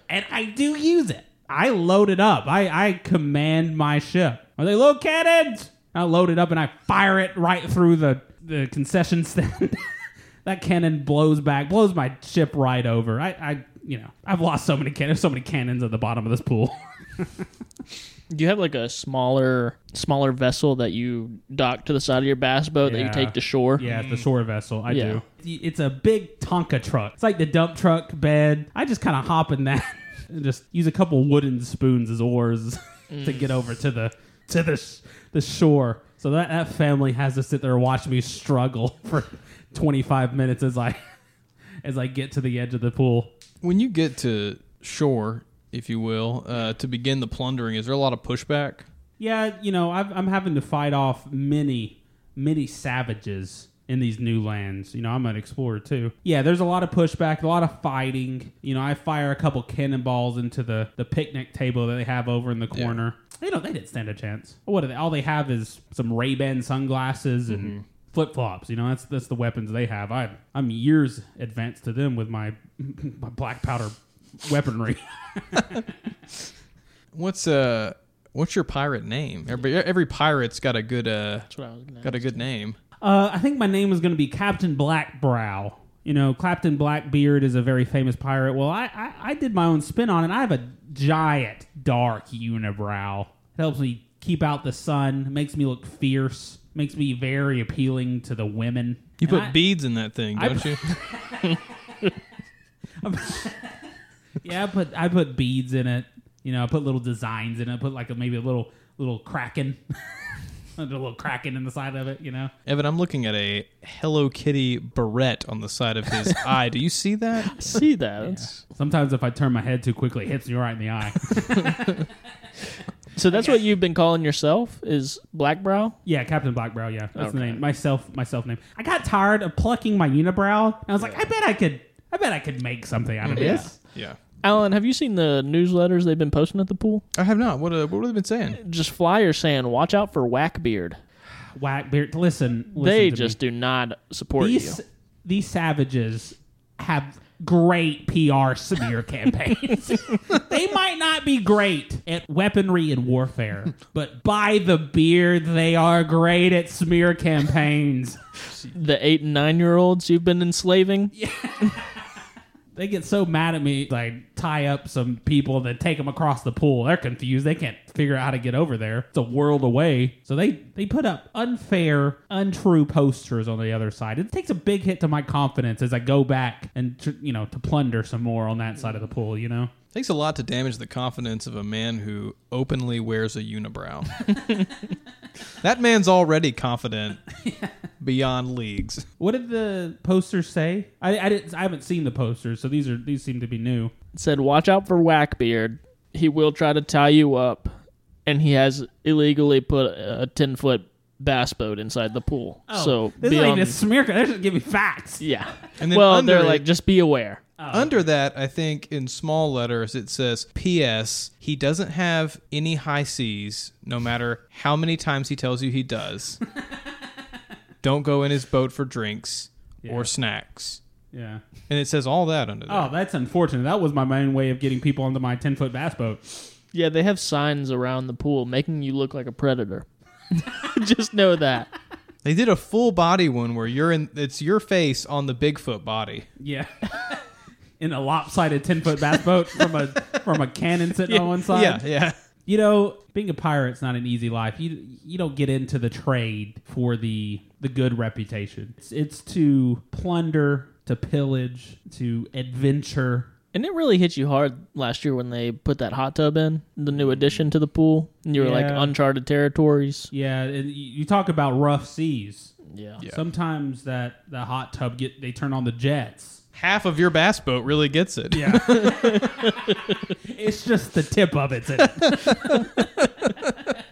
Speaker 6: and I do use it. I load it up. I, I command my ship. Are they low cannons? I load it up and I fire it right through the, the concession stand. that cannon blows back, blows my ship right over. I, I you know, I've lost so many cannons, so many cannons at the bottom of this pool.
Speaker 7: Do you have like a smaller smaller vessel that you dock to the side of your bass boat that
Speaker 6: Yeah.
Speaker 7: you take to shore?
Speaker 6: Yeah, it's the shore vessel. I
Speaker 7: Yeah.
Speaker 6: do. It's a big Tonka truck. It's like the dump truck bed. I just kind of hop in that and just use a couple wooden spoons as oars to get over to the to the sh- the shore. So that that family has to sit there and watch me struggle for 25 minutes as I as I get to the edge of the pool.
Speaker 8: When you get to shore, if you will, uh, to begin the plundering, is there a lot of pushback?
Speaker 6: Yeah, you know, I've, I'm having to fight off many, many savages in these new lands. You know, I'm an explorer too. Yeah, there's a lot of pushback, a lot of fighting. You know, I fire a couple cannonballs into the, the picnic table that they have over in the corner. They don't. They didn't stand a chance. What are they? All they have is some Ray Ban sunglasses and flip flops. You know, that's that's the weapons they have. I'm I'm years advanced to them with my my black powder weaponry.
Speaker 8: What's uh what's your pirate name? Every every pirate's got a good uh
Speaker 7: what I was gonna
Speaker 8: got a good name.
Speaker 6: Uh, I think my name was going to be Captain Blackbrow. You know, Captain Blackbeard is a very famous pirate. Well, I, I, I did my own spin on it. I have a giant dark unibrow. It helps me keep out the sun, makes me look fierce, makes me very appealing to the women.
Speaker 8: You
Speaker 6: And
Speaker 8: put
Speaker 6: I-
Speaker 8: beads in that thing,
Speaker 6: I-
Speaker 8: don't you?
Speaker 6: Yeah, I put I put beads in it. You know, I put little designs in it. I put like a, maybe a little little kraken, a little kraken in the side of it. You know,
Speaker 8: Evan, I'm looking at a Hello Kitty barrette on the side of his eye. Do you see that?
Speaker 7: see that. That's-
Speaker 6: sometimes if I turn my head too quickly, it hits me right in the eye.
Speaker 7: So that's what you've been calling yourself is Blackbrow?
Speaker 6: Yeah, Captain Blackbrow. Yeah, that's the name. Myself, myself name. I got tired of plucking my unibrow. And I was like, I bet I could, I bet I could make something out of this.
Speaker 8: Yeah.
Speaker 7: Alan, have you seen the newsletters they've been posting at the pool?
Speaker 8: I have not. What uh, what have they been saying?
Speaker 7: Just flyers saying, "Watch out for Whackbeard."
Speaker 6: Whack beard. Listen, listen
Speaker 7: They
Speaker 6: to
Speaker 7: just do not
Speaker 6: me.
Speaker 7: support
Speaker 6: these
Speaker 7: you.
Speaker 6: these savages have great PR smear campaigns. they might not be great at weaponry and warfare, but by the beard, they are great at smear campaigns.
Speaker 7: The eight and nine year olds you've been enslaving?
Speaker 6: They get so mad at me, like tie up some people, then take them across the pool. They're confused. They can't figure out how to get over there. It's a world away. So they they put up unfair, untrue posters on the other side. It takes a big hit to my confidence as I go back and tr- you know to plunder some more on that side of the pool. You know.
Speaker 8: Takes a lot to damage the confidence of a man who openly wears a unibrow. that man's already confident beyond leagues.
Speaker 6: What did the posters say? I, I didn't. I haven't seen the posters, so these are these seem to be new.
Speaker 7: said, "Watch out for Whackbeard. He will try to tie you up, and he has illegally put a ten foot bass boat inside the pool. so
Speaker 6: Oh, this
Speaker 7: be
Speaker 6: ain't
Speaker 7: on-
Speaker 6: a smear. They're just giving me facts.
Speaker 7: yeah.
Speaker 8: And then
Speaker 7: well,
Speaker 8: under
Speaker 7: they're
Speaker 8: it-
Speaker 7: like, just be aware.
Speaker 8: Under that, I think in small letters it says P.S. He doesn't have any high C's, no matter how many times he tells you he does. Don't go in his boat for drinks or snacks.
Speaker 6: Yeah.
Speaker 8: And it says all that under there.
Speaker 6: Oh, that's unfortunate. That was my main way of getting people onto my ten foot bass boat.
Speaker 7: Yeah, they have signs around the pool making you look like a predator. just know that.
Speaker 8: They did a full body one where you're in it's your face on the Bigfoot body.
Speaker 6: Yeah. In a lopsided ten foot bass boat from a from a cannon sitting on one side.
Speaker 8: yeah, yeah.
Speaker 6: You know, being a pirate's not an easy life. You you don't get into the trade for the the good reputation. It's, it's to plunder, to pillage, to adventure.
Speaker 7: And it really hit you hard last year when they put that hot tub in, the new addition to the pool. And you were like
Speaker 6: Yeah.
Speaker 7: uncharted territories.
Speaker 6: Yeah, and you you talk about rough seas.
Speaker 7: Yeah.
Speaker 6: Sometimes that the hot tub get they turn on the jets.
Speaker 8: Half of your bass boat really gets it. Yeah.
Speaker 6: It's just the tip of it. that-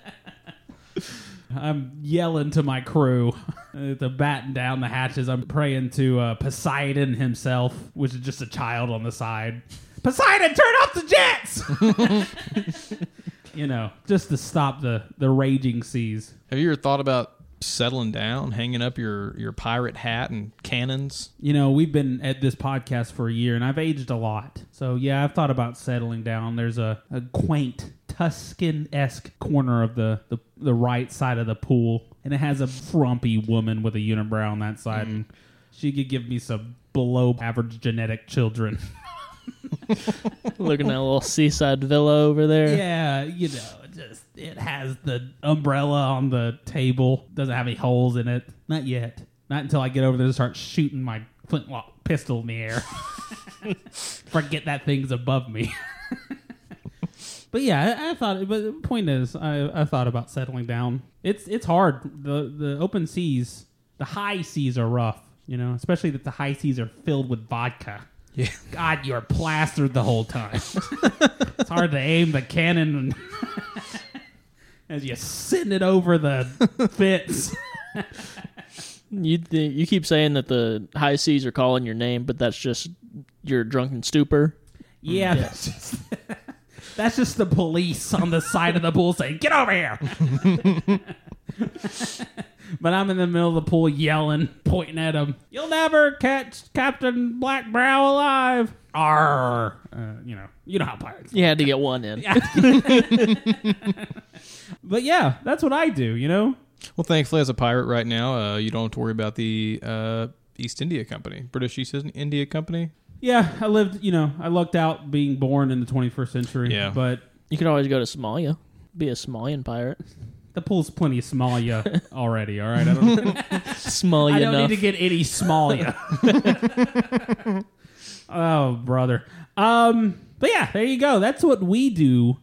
Speaker 6: I'm yelling to my crew, uh, to batten down the hatches. I'm praying to uh, Poseidon himself, which is just a child on the side. Poseidon, turn off the jets! you know, just to stop the, the raging seas.
Speaker 8: Have you ever thought about settling down, hanging up your, your pirate hat and cannons?
Speaker 6: You know, we've been at this podcast for a year and I've aged a lot. So, yeah, I've thought about settling down. There's a, a quaint Tuscan esque corner of the, the, the right side of the pool, and it has a frumpy woman with a unibrow on that side. And she could give me some below average genetic children.
Speaker 7: Looking at a little seaside villa over there.
Speaker 6: yeah, you know, just it has the umbrella on the table, doesn't have any holes in it. Not yet. Not until I get over there and start shooting my flintlock pistol in the air. Forget that thing's above me. but yeah, I, I thought. But the point is, I, I thought about settling down. It's it's hard. the The open seas, the high seas are rough. You know, especially that the high seas are filled with vodka. Yeah. God, you're plastered the whole time. it's hard to aim the cannon and as you send it over the fits.
Speaker 7: You th- you keep saying that the high seas are calling your name, but that's just your drunken stupor.
Speaker 6: yeah, that's just that's just the police on the side of the pool saying, "Get over here." but I'm in the middle of the pool yelling, pointing at him. You'll never catch Captain Blackbrow alive. Arr. Uh, you know, you know how pirates.
Speaker 7: You had to get one in.
Speaker 6: But yeah, that's what I do. You know,
Speaker 8: Well, thankfully, as a pirate right now, uh, you don't have to worry about the uh, East India Company, British East India Company.
Speaker 6: Yeah, I lived, you know, I lucked out being born in the 21st century.
Speaker 8: Yeah.
Speaker 6: But
Speaker 7: You could always go to Somalia, be a Somalian pirate.
Speaker 6: the pool's plenty of Somalia already, all right? I don't,
Speaker 7: Somalia
Speaker 6: I don't
Speaker 7: enough.
Speaker 6: need to get any Somalia. oh, brother. Um, but yeah, there you go. That's what we do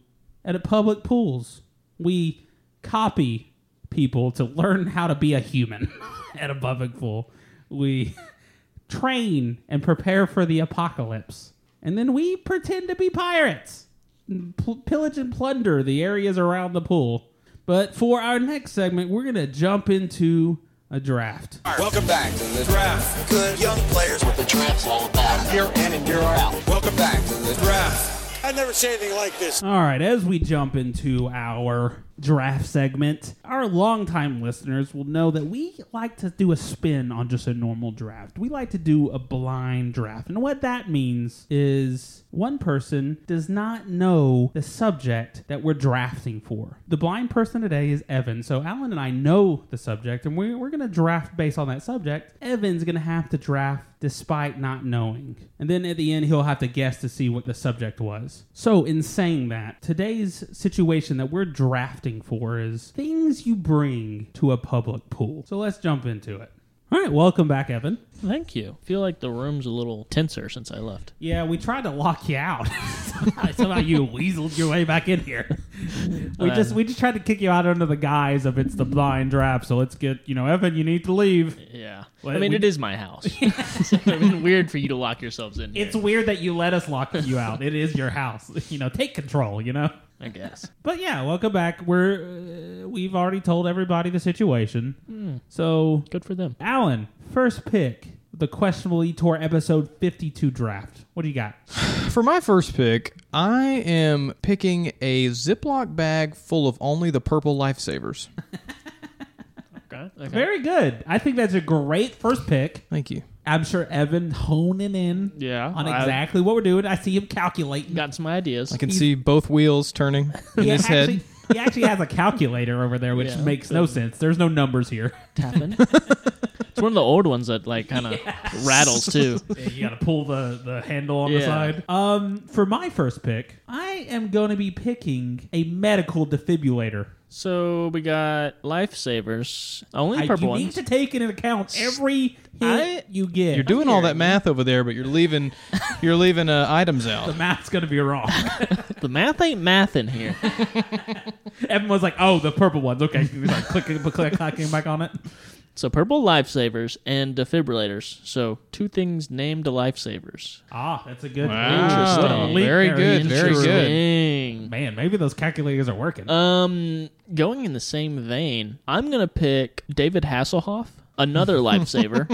Speaker 6: at a public pools. We copy people to learn how to be a human at a public pool. We train and prepare for the apocalypse. And then we pretend to be pirates. Pl- pillage and plunder the areas around the pool. But for our next segment, we're going to jump into a draft.
Speaker 11: Welcome back to the draft. Good young players. What the draft's all about. Year in and year out. Welcome back to the draft. I never seen anything like this.
Speaker 6: All right, as we jump into our draft segment. Our longtime listeners will know that we like to do a spin on just a normal draft. We like to do a blind draft. And what that means is one person does not know the subject that we're drafting for. The blind person today is Evan. So Alan and I know the subject, and we're, we're going to draft based on that subject. Evan's going to have to draft despite not knowing. And then at the end, he'll have to guess to see what the subject was. So, in saying that, today's situation that we're drafting for is things you bring to a public pool. So, let's jump into it. All right, welcome back, Evan.
Speaker 7: Thank you. feel like the room's a little tenser since I left.
Speaker 6: Yeah, we tried to lock you out. somehow, somehow you weaseled your way back in here. We just we just tried to kick you out under the guise of it's the blind draft. So let's get you know Evan, you need to leave.
Speaker 7: Yeah.
Speaker 6: Well,
Speaker 7: I mean,
Speaker 6: we-
Speaker 7: it is my house. it's been weird for you to lock yourselves in. Here,
Speaker 6: It's weird that you let us lock you out. It is your house. You know, take control, you know?
Speaker 7: I guess.
Speaker 6: But yeah, welcome back. We're uh, we've already told everybody the situation.
Speaker 7: Hmm.
Speaker 6: So,
Speaker 7: Good for them.
Speaker 6: Alan, first pick, the questionable Etor episode 52 draft. What do you got?
Speaker 8: For my first pick, I am picking a Ziploc bag full of only the purple lifesavers.
Speaker 7: Okay. okay.
Speaker 6: Very good. I think that's a great first pick.
Speaker 8: Thank you.
Speaker 6: I'm sure Evan honing in
Speaker 7: Yeah,
Speaker 6: on
Speaker 7: I-
Speaker 6: exactly what we're doing. I see him calculating.
Speaker 7: Got some ideas.
Speaker 8: I can see both wheels turning in
Speaker 6: he,
Speaker 8: his
Speaker 6: actually,
Speaker 8: head.
Speaker 6: he actually has a calculator over there, which
Speaker 7: Yeah.
Speaker 6: makes no sense. There's no numbers here.
Speaker 7: Tapping. it's one of the old ones that like kind of rattles too.
Speaker 6: you gotta pull the, the handle on the
Speaker 7: Yeah.
Speaker 6: side. Um, for my first pick, I am going to be picking a medical defibrillator.
Speaker 7: So we got lifesavers. Only
Speaker 6: I, you
Speaker 7: purple
Speaker 6: need
Speaker 7: ones.
Speaker 6: to take into account every hit
Speaker 8: I-
Speaker 6: you get.
Speaker 8: You're doing all that math over there, but you're leaving you're leaving uh, items out.
Speaker 6: the math's gonna be wrong.
Speaker 7: The math ain't math in here.
Speaker 6: Evan was like, "Oh, the purple ones." Okay, he was like clicking, click, clicking back on it.
Speaker 7: so purple lifesavers and defibrillators. So two things named lifesavers.
Speaker 6: Ah, that's a good.
Speaker 8: Wow.
Speaker 6: Interesting. Leap
Speaker 8: Very
Speaker 6: there.
Speaker 8: good, very good.
Speaker 7: Interesting.
Speaker 6: Man, maybe those calculators are working.
Speaker 7: Um, going in the same vein, I'm gonna pick David Hasselhoff, another lifesaver,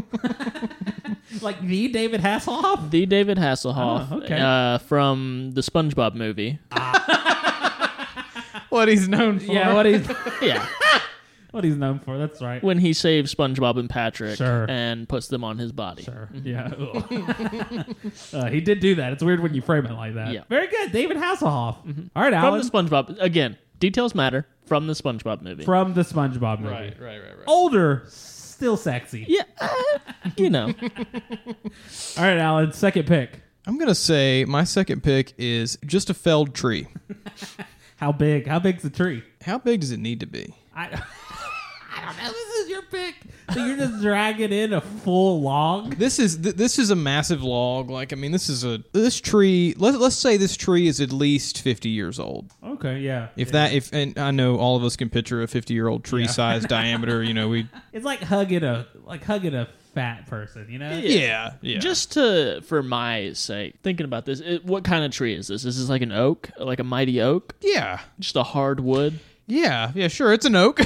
Speaker 6: like the David Hasselhoff.
Speaker 7: the David Hasselhoff
Speaker 6: Oh, okay.
Speaker 7: uh, from the SpongeBob movie.
Speaker 8: What he's known for.
Speaker 6: Yeah, what he's
Speaker 7: yeah,
Speaker 6: what he's known for. That's right.
Speaker 7: when he saves SpongeBob and Patrick
Speaker 6: Sure.
Speaker 7: and puts them on his body.
Speaker 6: Sure. Yeah. uh, he did do that. It's weird when you frame it like that.
Speaker 7: Yeah.
Speaker 6: Very good, David Hasselhoff. All right,
Speaker 7: From
Speaker 6: Alan.
Speaker 7: the SpongeBob again. Details matter from the SpongeBob movie.
Speaker 6: from the SpongeBob movie.
Speaker 8: Right, right, right, right.
Speaker 6: Older, still sexy.
Speaker 7: yeah, uh, you know.
Speaker 6: All right, Alan. Second pick.
Speaker 8: I'm gonna say my second pick is just a felled tree.
Speaker 6: How big? How big's the tree?
Speaker 8: How big does it need to be?
Speaker 6: I, I don't know. This is your pick. So you're just dragging in a full log.
Speaker 8: This is th- this is a massive log. Like I mean, this is a this tree. Let, let's say this tree is at least 50 years old.
Speaker 6: Okay, yeah.
Speaker 8: If that if and I know all of us can picture a 50 year old tree size diameter. You know we
Speaker 6: It's like hugging a like hugging a fat person. You know.
Speaker 8: yeah yeah
Speaker 7: Just to, for my sake, thinking about this, it, what kind of tree is this? Is this like an oak, like a mighty oak,
Speaker 8: yeah
Speaker 7: just a hard wood?
Speaker 8: yeah yeah sure. It's an oak.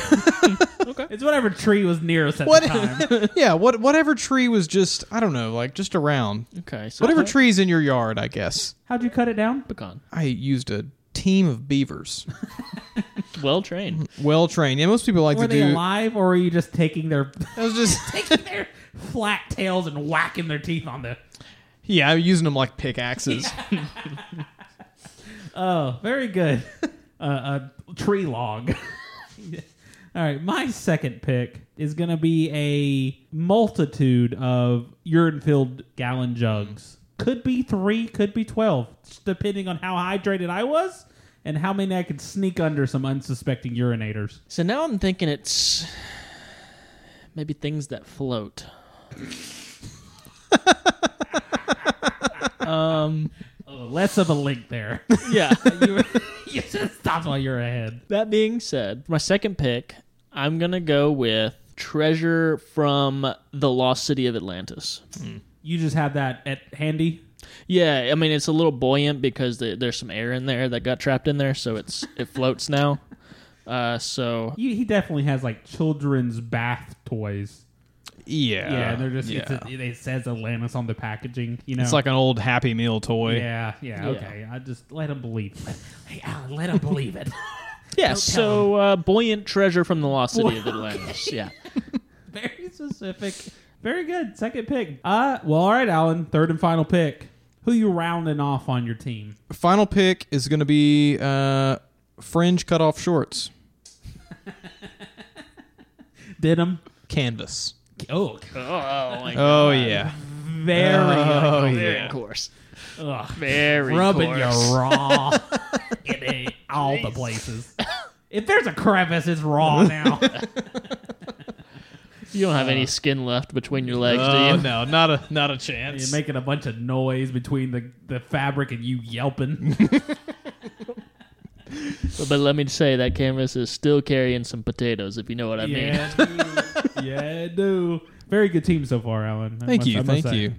Speaker 6: It's whatever tree was near us at
Speaker 8: what
Speaker 6: the time.
Speaker 8: yeah what whatever tree was just I don't know like just around
Speaker 7: Okay, so
Speaker 8: whatever tree's in your yard. I guess
Speaker 6: How'd you cut it down?
Speaker 7: pecan.
Speaker 8: I used a team of beavers,
Speaker 6: Mm-hmm.
Speaker 7: Well trained.
Speaker 8: well trained. Yeah, most people like
Speaker 6: Were
Speaker 8: to
Speaker 6: they
Speaker 8: do.
Speaker 6: alive, or were you just taking their
Speaker 8: I was just
Speaker 6: taking their flat tails and whacking their teeth on the?
Speaker 8: yeah, I'm using them like pickaxes.
Speaker 6: Oh, very good. uh, a tree log. All right, my second pick is going to be a multitude of urine-filled gallon jugs. Could be three, could be twelve, just depending on how hydrated I was and how many I could sneak under some unsuspecting urinators.
Speaker 7: So now I'm thinking it's maybe things that float. um,
Speaker 6: Oh, less of a link there.
Speaker 7: yeah.
Speaker 6: you, were- you just stopped while you're ahead.
Speaker 7: That being said, my second pick, I'm gonna go with treasure from the lost city of Atlantis.
Speaker 6: You just had that at handy.
Speaker 7: Yeah, I mean it's a little buoyant because the, there's some air in there that got trapped in there, so it's it floats now. Uh, so
Speaker 6: You, he definitely has like children's bath toys.
Speaker 8: Yeah.
Speaker 6: Yeah, they're just it's
Speaker 8: yeah.
Speaker 6: a, it says Atlantis on the packaging. You know,
Speaker 8: It's like an old Happy Meal toy.
Speaker 6: yeah, yeah, okay. I just let him believe. hey, Alan, let him believe it.
Speaker 7: Yeah,
Speaker 6: Don't tell
Speaker 7: so uh, buoyant treasure from the lost city of Atlantis. Yeah.
Speaker 6: Very specific. Very good. Second pick. Uh, well, all right, Alan. Third and final pick. Who you rounding off on your team?
Speaker 8: Final pick is going to be uh, fringe cut off shorts.
Speaker 6: Denim.
Speaker 8: Canvas.
Speaker 6: Oh,
Speaker 7: Oh, my
Speaker 8: Oh, yeah.
Speaker 6: very.
Speaker 8: Oh,
Speaker 7: Of
Speaker 8: yeah.
Speaker 7: course. very
Speaker 6: rubbing
Speaker 7: coarse.
Speaker 6: you raw in a- all the places. If there's a crevice, it's raw now.
Speaker 7: You don't have any skin left between your legs, do
Speaker 8: Oh,
Speaker 7: you?
Speaker 8: no. Not a, not a chance.
Speaker 6: You're making a bunch of noise between the, the fabric and you yelping.
Speaker 7: But let me say that canvas is still carrying some potatoes, if you know what I mean.
Speaker 6: yeah, dude. yeah, dude. Very good team so far, Alan. I
Speaker 8: Thank
Speaker 6: must- I
Speaker 8: you.
Speaker 6: must
Speaker 8: Thank
Speaker 6: say.
Speaker 8: you.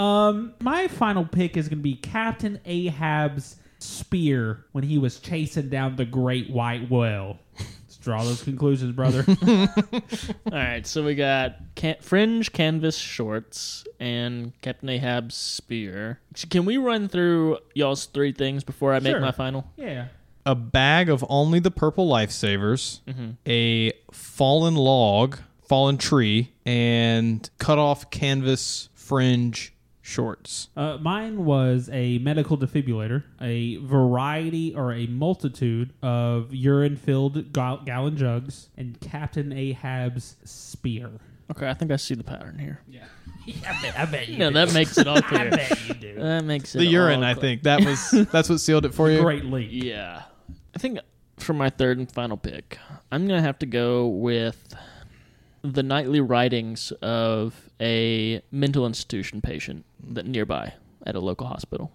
Speaker 6: Um, my final pick is going to be Captain Ahab's spear when he was chasing down the Great White Whale. Let's draw those conclusions, brother.
Speaker 7: All right, so we got can- fringe canvas shorts and Captain Ahab's spear. Can we run through y'all's three things before I make
Speaker 6: Sure.
Speaker 7: my final?
Speaker 6: yeah.
Speaker 8: A bag of only the purple lifesavers,
Speaker 6: Mm-hmm.
Speaker 8: a fallen log, fallen tree, and cut off canvas fringe shorts.
Speaker 6: Uh, mine was a medical defibrillator, a variety or a multitude of urine filled ga- gallon jugs, and Captain Ahab's spear.
Speaker 7: Okay, I think I see the pattern here.
Speaker 6: I bet, I bet you.
Speaker 7: Yeah, that makes it all
Speaker 6: I
Speaker 7: clear.
Speaker 6: bet you do.
Speaker 7: that makes it
Speaker 8: The
Speaker 7: all
Speaker 8: urine, I
Speaker 7: clear.
Speaker 8: think that was that's what sealed it for you.
Speaker 6: Great leap.
Speaker 7: Yeah. I think for my third and final pick, I'm going to have to go with the nightly writings of a mental institution patient that nearby at a local hospital.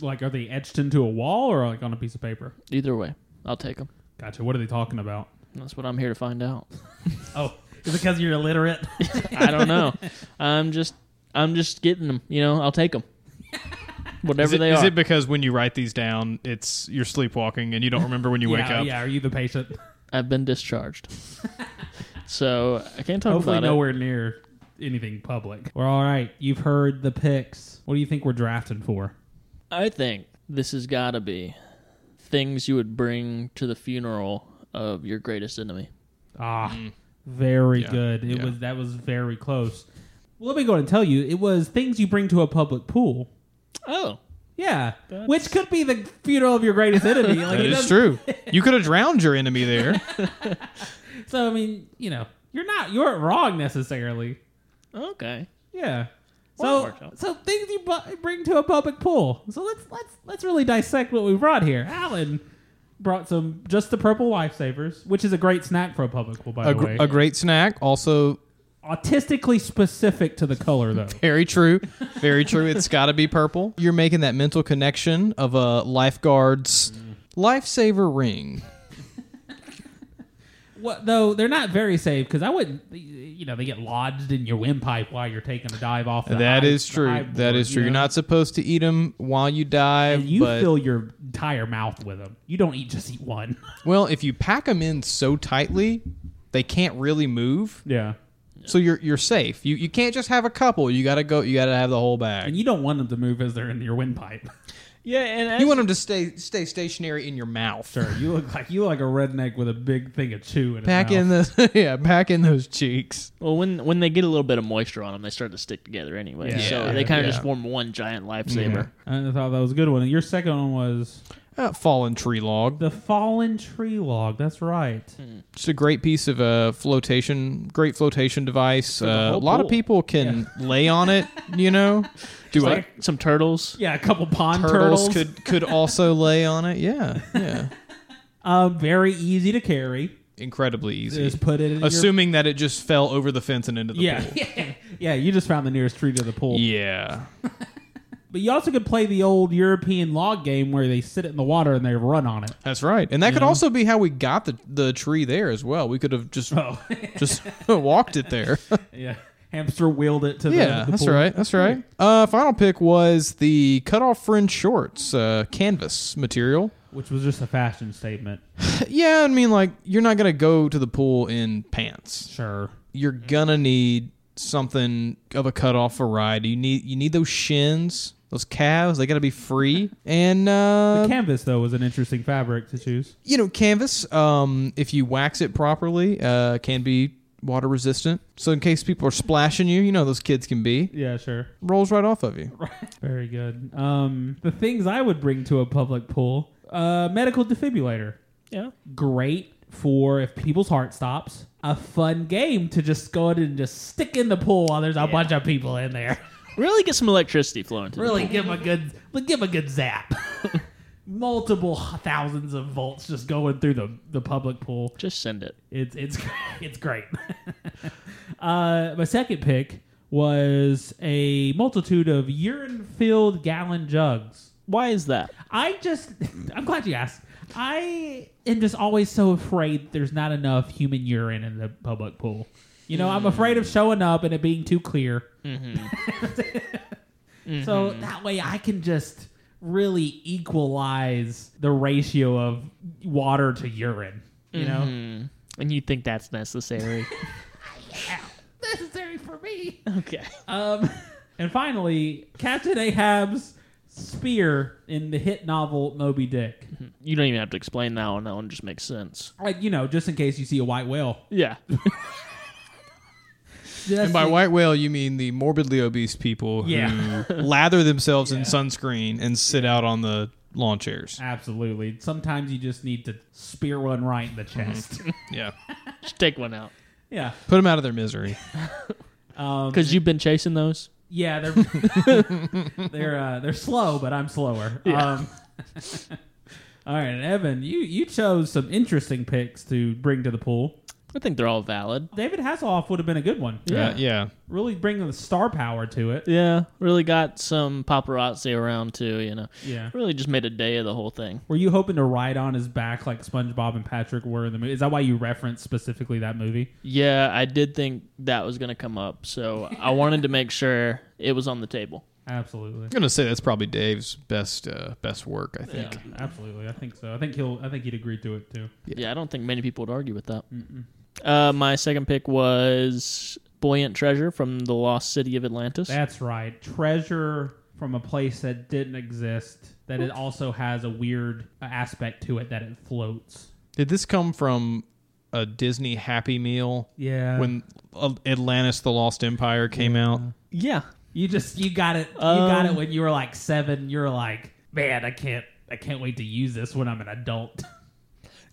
Speaker 6: Like, are they etched into a wall or like on a piece of paper?
Speaker 7: Either way, I'll take them.
Speaker 6: Gotcha. What are they talking about?
Speaker 7: That's what I'm here to find out.
Speaker 6: Oh, is it because you're illiterate?
Speaker 7: I don't know. I'm just I'm just getting them, you know, I'll take them. Whatever
Speaker 8: Is it,
Speaker 7: they
Speaker 8: is
Speaker 7: are.
Speaker 8: it because when you write these down, it's you're sleepwalking and you don't remember when you wake
Speaker 6: yeah,
Speaker 8: up?
Speaker 6: yeah. Are you the patient?
Speaker 7: I've been discharged. so, I can't talk
Speaker 6: Hopefully,
Speaker 7: about it.
Speaker 6: nowhere near anything public. Well, all right. You've heard the picks. What do you think we're drafting for?
Speaker 7: I think this has got to be things you would bring to the funeral of your greatest enemy.
Speaker 6: Ah, very
Speaker 8: Mm. Yeah,
Speaker 6: good. It
Speaker 8: yeah.
Speaker 6: was that was very close. Well, let me go ahead and tell you, it was things you bring to a public pool.
Speaker 7: Oh,
Speaker 6: Yeah, which could be the funeral of your greatest enemy. Like, it
Speaker 8: That is
Speaker 6: doesn't-
Speaker 8: true. You could have drowned your enemy there.
Speaker 6: So I mean, you know, you're not you aren't wrong necessarily.
Speaker 7: okay.
Speaker 6: Yeah.
Speaker 7: Well,
Speaker 6: So
Speaker 7: that worked out.
Speaker 6: so things you bu- bring to a public pool. So let's let's let's really dissect what we brought here. Alan brought some just the purple lifesavers, which is a great snack for a public pool, by the
Speaker 8: A, gr-
Speaker 6: way.
Speaker 8: a great snack, also
Speaker 6: Autistically specific to the color though.
Speaker 8: very true, very true. It's got to be purple. You're making that mental connection of a lifeguard's lifesaver ring.
Speaker 6: What though? They're not very safe because I wouldn't. You know, they get lodged in your windpipe while you're taking a dive off. The
Speaker 8: That
Speaker 6: eye-
Speaker 8: is
Speaker 6: the
Speaker 8: true.
Speaker 6: eye
Speaker 8: That
Speaker 6: board,
Speaker 8: is true.
Speaker 6: you
Speaker 8: You're
Speaker 6: know?
Speaker 8: not supposed to eat them while you dive.
Speaker 6: And you
Speaker 8: but,
Speaker 6: fill your entire mouth with them. You don't eat just eat one.
Speaker 8: well, if you pack them in so tightly, they can't really move.
Speaker 6: Yeah,
Speaker 8: So you're you're safe. You you can't just have a couple. You gotta go. You gotta have the whole bag.
Speaker 6: and you don't want them to move as they're in your windpipe.
Speaker 7: Yeah, and
Speaker 8: You want them to stay stay stationary in your mouth.
Speaker 6: Sure, you look like you look like a redneck with a big thing of chew in his
Speaker 8: Pack
Speaker 6: mouth.
Speaker 8: in the yeah, pack in those cheeks.
Speaker 7: well when when they get a little bit of moisture on them, they start to stick together anyway.
Speaker 6: Yeah.
Speaker 7: so
Speaker 6: Yeah. Mm-hmm.
Speaker 7: they kind of
Speaker 8: Yeah.
Speaker 7: just form one giant lifesaver.
Speaker 6: I thought that was a good one. And your second one was
Speaker 8: Uh, fallen tree log.
Speaker 6: the fallen tree log. That's right.
Speaker 8: Just a great piece of uh, flotation, great flotation device. Uh, a
Speaker 7: whole
Speaker 8: lot of
Speaker 7: pool.
Speaker 8: people can lay on it. You know, do what?
Speaker 7: Like some turtles.
Speaker 6: Yeah, a couple pond
Speaker 8: Turtles,
Speaker 6: turtles.
Speaker 8: could could also lay on it. Yeah, yeah.
Speaker 6: um, very easy to carry.
Speaker 8: Incredibly easy.
Speaker 6: Just put it in your
Speaker 8: Assuming that it just fell over the fence and into the
Speaker 6: yeah,
Speaker 8: pool.
Speaker 6: yeah, yeah. You just found the nearest tree to the pool.
Speaker 8: Yeah.
Speaker 6: But you also could play the old European log game where they sit it in the water and they run on it.
Speaker 8: That's right. And that could also be how we got the, the tree there as well. We could have just
Speaker 6: Oh.
Speaker 8: just walked it there.
Speaker 6: yeah, hamster wheeled it to the-
Speaker 8: yeah,
Speaker 6: the
Speaker 8: that's
Speaker 6: pool.
Speaker 8: right. That's right. Uh, final pick was the cutoff fringe shorts, uh, canvas material.
Speaker 6: Which was just a fashion statement.
Speaker 8: Yeah, I mean, like, you're not going to go to the pool in pants.
Speaker 6: Sure.
Speaker 8: You're going to need something of a cutoff variety. You need you need those shins, those calves. They got to be free. And uh,
Speaker 6: The canvas though was an interesting fabric to choose.
Speaker 8: you know, canvas, um, if you wax it properly, uh, can be water resistant. So in case people are splashing you, you know those kids can be
Speaker 6: Yeah, sure.
Speaker 8: rolls right off of you.
Speaker 6: Very good. Um, the things I would bring to a public pool: uh, medical defibrillator,
Speaker 7: Yeah.
Speaker 6: great for if people's heart stops. A fun game to just go in and just stick in the pool while there's a bunch of people in there.
Speaker 7: Really get some electricity flowing. To the
Speaker 6: really give 'em a good, give 'em a good zap. Multiple thousands of volts just going through the the public pool.
Speaker 7: pool. Just send it.
Speaker 6: It's it's it's great. uh, my second pick was a multitude of urine-filled gallon jugs.
Speaker 7: Why is that?
Speaker 6: I just I'm glad you asked. I am just always so afraid there's not enough human urine in the public pool. You know, I'm afraid of showing up and it being too clear. So that way I can just really equalize the ratio of water to urine. You know.
Speaker 7: And you think that's necessary?
Speaker 6: necessary for me.
Speaker 7: okay.
Speaker 6: Um, and finally, Captain Ahab's spear in the hit novel Moby Dick.
Speaker 7: You don't even have to explain that one. That one just makes sense.
Speaker 6: Like you know, just in case you see a white whale.
Speaker 7: Yeah.
Speaker 8: And by white whale, you mean the morbidly obese people
Speaker 6: Yeah.
Speaker 8: who lather themselves in sunscreen and sit out on the lawn chairs.
Speaker 6: Absolutely. Sometimes you just need to spear one right in the chest.
Speaker 8: Yeah.
Speaker 7: just take one out.
Speaker 6: yeah.
Speaker 8: Put them out of their misery.
Speaker 7: Because you've been chasing those?
Speaker 6: Yeah, they're they're uh, they're slow, but I'm slower. Um, all right, Evan, you you chose some interesting picks to bring to the pool.
Speaker 7: I think they're all valid.
Speaker 6: David Hasselhoff would have been a good one.
Speaker 8: Yeah. yeah.
Speaker 6: really bringing the star power to it.
Speaker 7: Yeah. Really got some paparazzi around too, you know.
Speaker 6: Yeah.
Speaker 7: Really just made a day of the whole thing.
Speaker 6: Were you hoping to ride on his back like SpongeBob and Patrick were in the movie? Is that why you referenced specifically that movie?
Speaker 7: Yeah, I did think that was going to come up. So I wanted to make sure it was on the table.
Speaker 6: Absolutely.
Speaker 8: I'm gonna say that's probably Dave's best uh, best work. I think.
Speaker 6: Absolutely. I think so. I think he'll I think he'd agree to it too.
Speaker 7: Yeah, I don't think many people would argue with that. Uh, my second pick was Buoyant Treasure from the Lost City of Atlantis.
Speaker 6: That's right. Treasure from a place that didn't exist that it also has a weird uh, aspect to it that it floats.
Speaker 8: Did this come from a Disney Happy Meal?
Speaker 6: Yeah.
Speaker 8: When uh, Atlantis: The Lost Empire came out.
Speaker 7: yeah.
Speaker 6: You just you got it you got it when you were like 7. You're like, "Man, I can't I can't wait to use this when I'm an adult."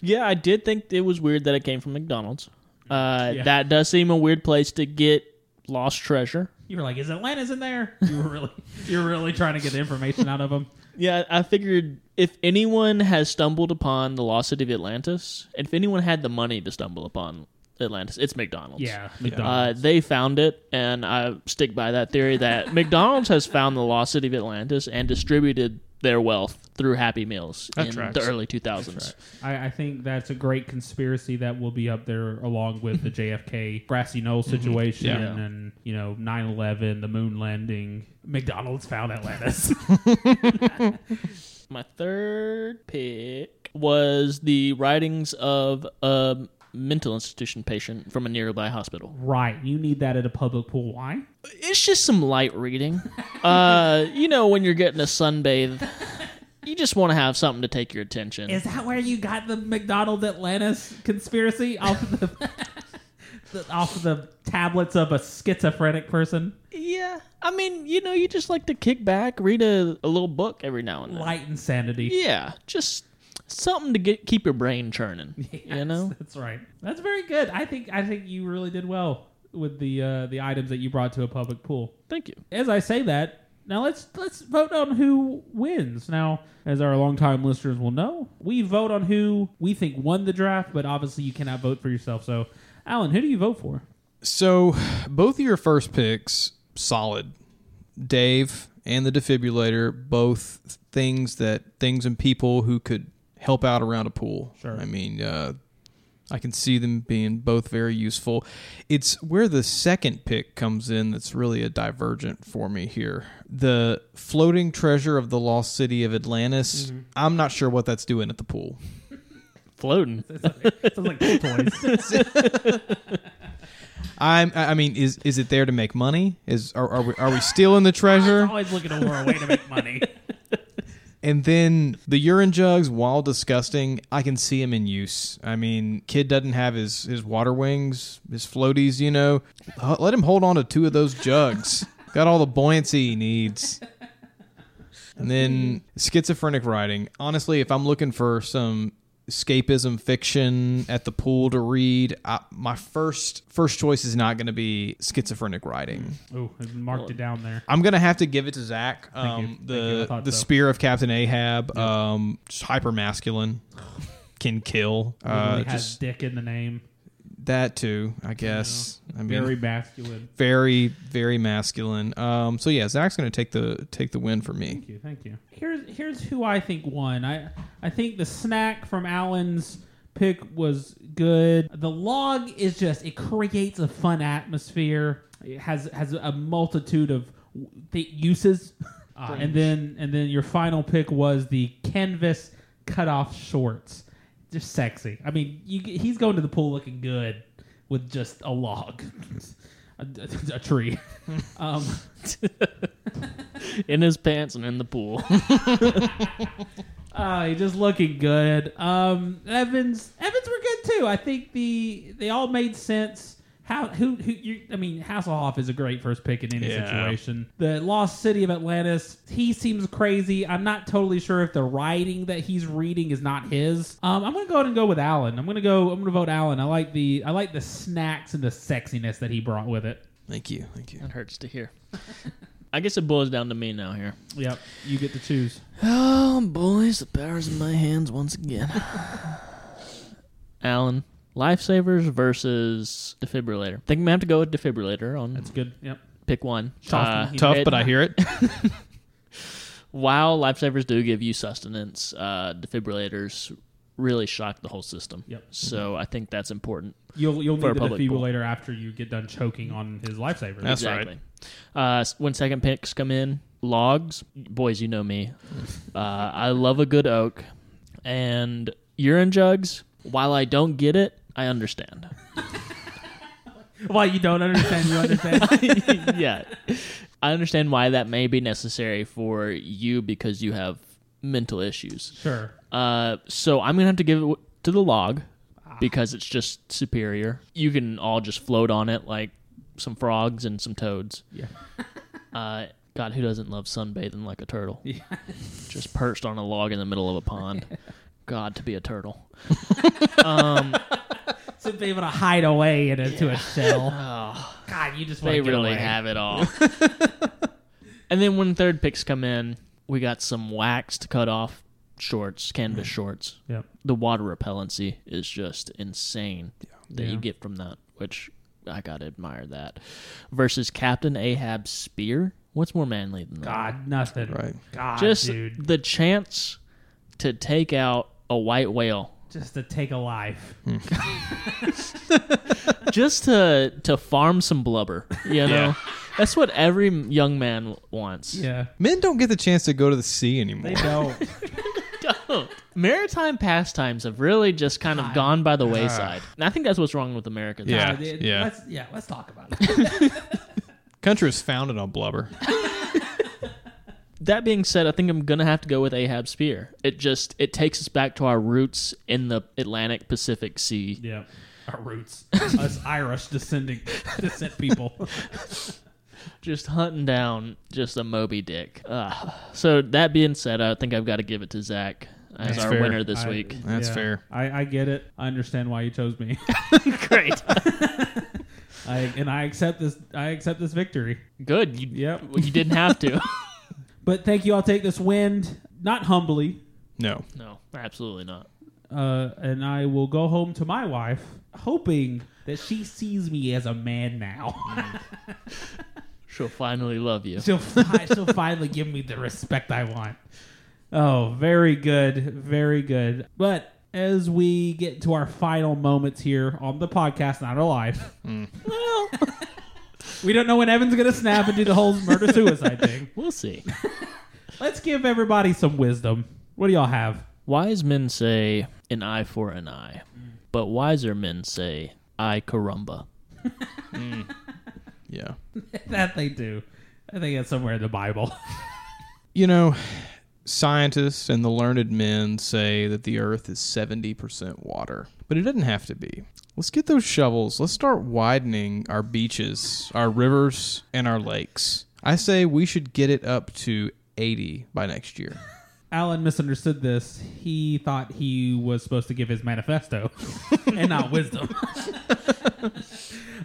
Speaker 7: Yeah, I did think it was weird that it came from McDonald's. Uh,
Speaker 6: Yeah.
Speaker 7: That does seem a weird place to get lost treasure.
Speaker 6: You were like, "Is Atlantis in there?" You were really, you're really trying to get the information out of them.
Speaker 7: Yeah, I figured if anyone has stumbled upon the lost city of Atlantis, and if anyone had the money to stumble upon Atlantis, it's McDonald's.
Speaker 6: Yeah, McDonald's.
Speaker 7: Uh, they found it, and I stick by that theory that McDonald's has found the lost city of Atlantis and distributed their wealth through Happy Meals
Speaker 8: That
Speaker 7: in
Speaker 8: tracks.
Speaker 7: the early 2000s.
Speaker 6: I, I think that's a great conspiracy that will be up there along with the JFK grassy knoll situation
Speaker 7: Yeah.
Speaker 6: and you know 9/11, the moon landing. McDonald's found Atlantis.
Speaker 7: My third pick was the writings of a mental institution patient from a nearby hospital.
Speaker 6: right, you need that at a public pool. Why?
Speaker 7: It's just some light reading. uh, you know, when you're getting a sunbathe, you just want to have something to take your attention.
Speaker 6: Is that where you got the McDonald's Atlantis conspiracy off of the, the off of the tablets of a schizophrenic person?
Speaker 7: yeah. I mean, you know, you just like to kick back, read a, a little book every now and then.
Speaker 6: Light insanity.
Speaker 7: Yeah, just something to get keep your brain churning. You know,
Speaker 6: That's right. That's very good. I think I think you really did well with the uh, the items that you brought to a public pool.
Speaker 7: thank you.
Speaker 6: As I say that, now let's let's vote on who wins. Now, as our longtime listeners will know, we vote on who we think won the draft, but obviously you cannot vote for yourself. So, Alan, who do you vote for?
Speaker 8: So, both of your first picks, solid. Dave and the defibrillator, both things that things and people who could help out around a pool. Sure. I mean, uh, I can see them being both very useful. It's where the second pick comes in that's really a divergent for me here. The floating treasure of the lost city of Atlantis. I'm not sure what that's doing at the pool.
Speaker 7: Floating.
Speaker 6: Sounds like pool toys.
Speaker 8: I'm. I I mean, is is it there to make money? Is are, are we are we stealing the treasure?
Speaker 6: Always looking for a way to make money.
Speaker 8: And then the urine jugs, while disgusting, I can see him in use. I mean, kid doesn't have his his water wings, his floaties. You know, H- let him hold on to two of those jugs. Got all the buoyancy he needs. And then schizophrenic writing. Honestly, if I'm looking for some escapism fiction at the pool to read, I, my first first choice is not going to be schizophrenic writing.
Speaker 6: Ooh, I marked it down there.
Speaker 8: I'm gonna have to give it to Zach. Um,
Speaker 6: you. Thank you. I
Speaker 8: the
Speaker 6: thought
Speaker 8: the
Speaker 6: so.
Speaker 8: spear of Captain Ahab, um, just hyper masculine, can kill. Uh,
Speaker 6: Literally has
Speaker 8: just
Speaker 6: dick in the name.
Speaker 8: that too, I guess. I mean,
Speaker 6: Very
Speaker 8: very,
Speaker 6: masculine.
Speaker 8: very, masculine. Um, so yeah, Zach's gonna take the take the win for me.
Speaker 6: Thank you. Thank you. Here's here's who I think won. I I think the snack from Alan's pick was good. The log is just it creates a fun atmosphere. It has has a multitude of th- uses. Uh, and then and then your final pick was the canvas cut off shorts. Just sexy. I mean, you, g- he's going to the pool looking good with just a log, a, a- a tree. um,
Speaker 7: in his pants and in the pool.
Speaker 6: Oh, he's just looking good. Um, Evans, Evans were good too. I think the they all made sense. How who who you? I mean, Hasselhoff is a great first pick in any
Speaker 8: Yeah.
Speaker 6: situation. The Lost City of Atlantis. He seems crazy. I'm not totally sure if the writing that he's reading is not his. Um, I'm gonna go ahead and go with Alan. I'm gonna go. I'm gonna vote Alan. I like the I like the snacks and the sexiness that he brought with it.
Speaker 8: Thank you, thank you.
Speaker 7: That hurts to hear. I guess it boils down to me now here.
Speaker 6: Yep, you get to choose.
Speaker 7: Oh, boys, the power's in my hands once again. Alan, lifesavers versus defibrillator. think I'm gonna have to go with defibrillator on
Speaker 6: That's good. Yep.
Speaker 7: pick one.
Speaker 6: Tough,
Speaker 7: Uh,
Speaker 8: Tough,
Speaker 7: it-
Speaker 8: but I hear it.
Speaker 7: While lifesavers do give you sustenance, uh, defibrillators really shock the whole system.
Speaker 6: Yep. Mm-hmm.
Speaker 7: So I think that's important.
Speaker 6: You'll you'll
Speaker 7: For a
Speaker 6: need the
Speaker 7: public pool.
Speaker 6: defibrillator after you get done choking on his lifesaver.
Speaker 8: That's right.
Speaker 7: exactly. Uh, s- when second picks come in, logs, boys, you know me. Uh, I love a good oak, and urine jugs. While I don't get it, I understand.
Speaker 6: Why you don't understand? You understand?
Speaker 7: yeah, I understand why that may be necessary for you because you have mental issues.
Speaker 6: sure.
Speaker 7: Uh, so I'm gonna have to give it w- to the log because it's just superior. You can all just float on it like some frogs and some toads.
Speaker 6: Yeah.
Speaker 7: Uh, God, who doesn't love sunbathing like a turtle? Just perched on a log in the middle of a pond. God, to be a turtle.
Speaker 6: To be able to hide away in into a shell. Oh. God, you just want
Speaker 7: They
Speaker 6: to get
Speaker 7: really
Speaker 6: away.
Speaker 7: have it all. and then when third picks come in, we got some waxed cut off shorts, canvas shorts.
Speaker 6: Yep.
Speaker 7: The water repellency is just insane that
Speaker 6: Yeah.
Speaker 7: you get from that, which I gotta admire that. Versus Captain Ahab's spear. What's more manly than that?
Speaker 6: God, nothing.
Speaker 8: Right.
Speaker 6: God,
Speaker 7: just
Speaker 6: dude,
Speaker 7: the chance to take out a white whale
Speaker 6: just to take a life.
Speaker 7: just to to farm some blubber you know that's what every young man wants
Speaker 6: Yeah.
Speaker 8: Men don't get the chance to go to the sea anymore.
Speaker 6: They don't.
Speaker 7: maritime pastimes have really just kind of gone by the wayside and i think that's what's wrong with americans
Speaker 8: Yeah,
Speaker 6: God, it-
Speaker 8: yeah.
Speaker 6: Let's, yeah. Let's talk about it.
Speaker 8: Country is founded on blubber.
Speaker 7: that being said i think i'm gonna have to go with ahab spear it just it takes us back to our roots in the atlantic pacific sea
Speaker 6: yeah. Our roots, us Irish descending descent people.
Speaker 7: just hunting down just a Moby Dick. Ugh. So that being said, I think I've got to give it to Zach as
Speaker 8: That's
Speaker 7: our
Speaker 8: fair.
Speaker 7: winner this
Speaker 6: I-
Speaker 7: week.
Speaker 8: That's
Speaker 6: yeah.
Speaker 8: fair.
Speaker 6: I, I get it. I understand why you chose me.
Speaker 7: Great,
Speaker 6: I, and I accept this. I accept this victory.
Speaker 7: good. You,
Speaker 6: Yep.
Speaker 7: well, you didn't have to.
Speaker 6: But thank you. I'll take this wind, not humbly,
Speaker 8: No,
Speaker 7: no, absolutely not.
Speaker 6: uh, and I will go home to my wife, hoping that she sees me as a man now.
Speaker 7: She'll finally love you.
Speaker 6: she'll, fi- she'll finally give me the respect I want. Oh, very good, very good. But as we get to our final moments here on the podcast, not alive. Well, we don't know when Evan's gonna snap and do the whole murder suicide thing.
Speaker 7: We'll see.
Speaker 6: Let's give everybody some wisdom. What do y'all have?
Speaker 7: Wise men say an eye for an eye, but wiser men say eye carumba.
Speaker 8: Yeah.
Speaker 6: that they do. I think that's somewhere in the Bible.
Speaker 8: You know, scientists and the learned men say that the earth is 70% water, but it doesn't have to be. Let's get those shovels. Let's start widening our beaches, our rivers, and our lakes. I say we should get it up to 80 by next year.
Speaker 6: Alan misunderstood this. He thought he was supposed to give his manifesto and not wisdom.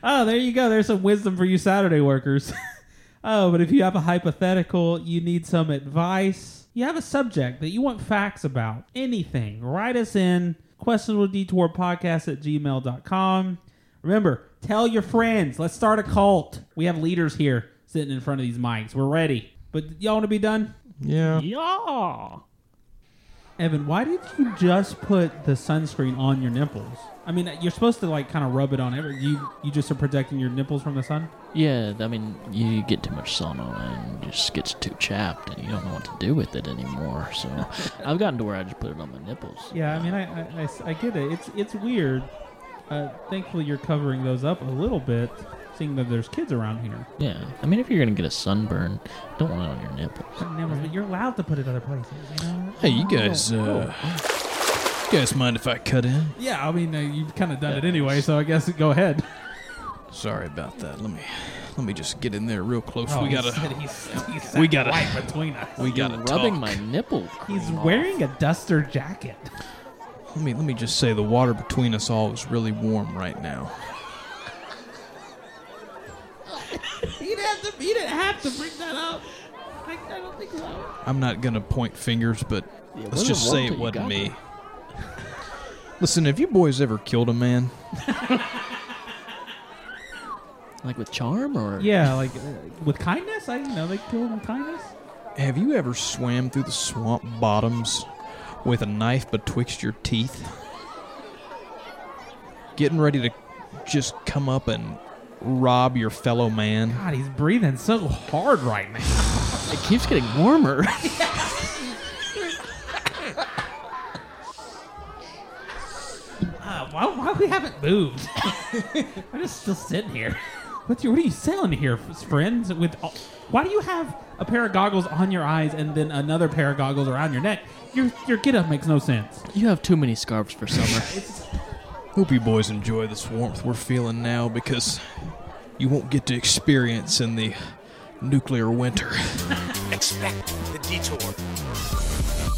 Speaker 6: oh, there you go. There's some wisdom for you Saturday workers. oh, but if you have a hypothetical, you need some advice, you have a subject that you want facts about, anything, write us in questionabledetourpodcast at gmail.com. Remember, tell your friends. Let's start a cult. We have leaders here sitting in front of these mics. We're ready. But y'all want to be done?
Speaker 8: Yeah.
Speaker 7: Yeah.
Speaker 6: Evan, why did you just put the sunscreen on your nipples? I mean, you're supposed to like kind of rub it on every. You you just are protecting your nipples from the sun.
Speaker 7: Yeah, I mean, you get too much sun on it and it just gets too chapped and you don't know what to do with it anymore. So I've gotten to where I just put it on my nipples.
Speaker 6: Yeah, I mean, I I, I, I get it. It's it's weird. Uh, thankfully, you're covering those up a little bit, seeing that there's kids around here.
Speaker 7: Yeah. I mean, if you're going to get a sunburn, don't want it on your nipples.
Speaker 6: But nipples, but you're allowed to put it other places. You know? oh,
Speaker 8: Hey, you guys, uh, you guys mind if I cut in?
Speaker 6: Yeah, I mean, uh, you've kind of done it anyway, so I guess go ahead.
Speaker 8: Sorry about that. Let me, let me just get in there real close.
Speaker 7: Oh,
Speaker 8: we
Speaker 6: Oh, He
Speaker 8: gotta,
Speaker 6: said he's, he's
Speaker 8: we gotta-
Speaker 6: right between us.
Speaker 8: we gotta
Speaker 7: You're
Speaker 8: talk.
Speaker 7: rubbing my nipple.
Speaker 6: He's
Speaker 7: cream off.
Speaker 6: wearing a duster jacket.
Speaker 8: Let me let me just say the water between us all is really warm right now.
Speaker 6: He didn't have to. He didn't have to bring that up. I, I don't think so.
Speaker 8: I'm not gonna point fingers, but let's
Speaker 7: wasn't
Speaker 8: just
Speaker 7: warm till
Speaker 8: say it
Speaker 7: you
Speaker 8: wasn't
Speaker 7: got
Speaker 8: me.
Speaker 7: there.
Speaker 8: Listen, have you boys ever killed a man?
Speaker 7: Like with charm or?
Speaker 6: Yeah, like uh, with kindness. I didn't know they killed him with kindness.
Speaker 8: Have you ever swam through the swamp bottoms with a knife betwixt your teeth? Getting ready to just come up and rob your fellow man?
Speaker 6: God, he's breathing so hard right now.
Speaker 7: It keeps getting warmer.
Speaker 6: Uh, why, why we haven't moved? We're just still sitting here. What's your, what are you selling here, f- friends? With all, why do you have a pair of goggles on your eyes and then another pair of goggles around your neck? Your your get up makes no sense.
Speaker 7: you have too many scarves for summer.
Speaker 8: Hope you boys enjoy this warmth we're feeling now because you won't get to experience in the nuclear winter.
Speaker 11: Expect the detour.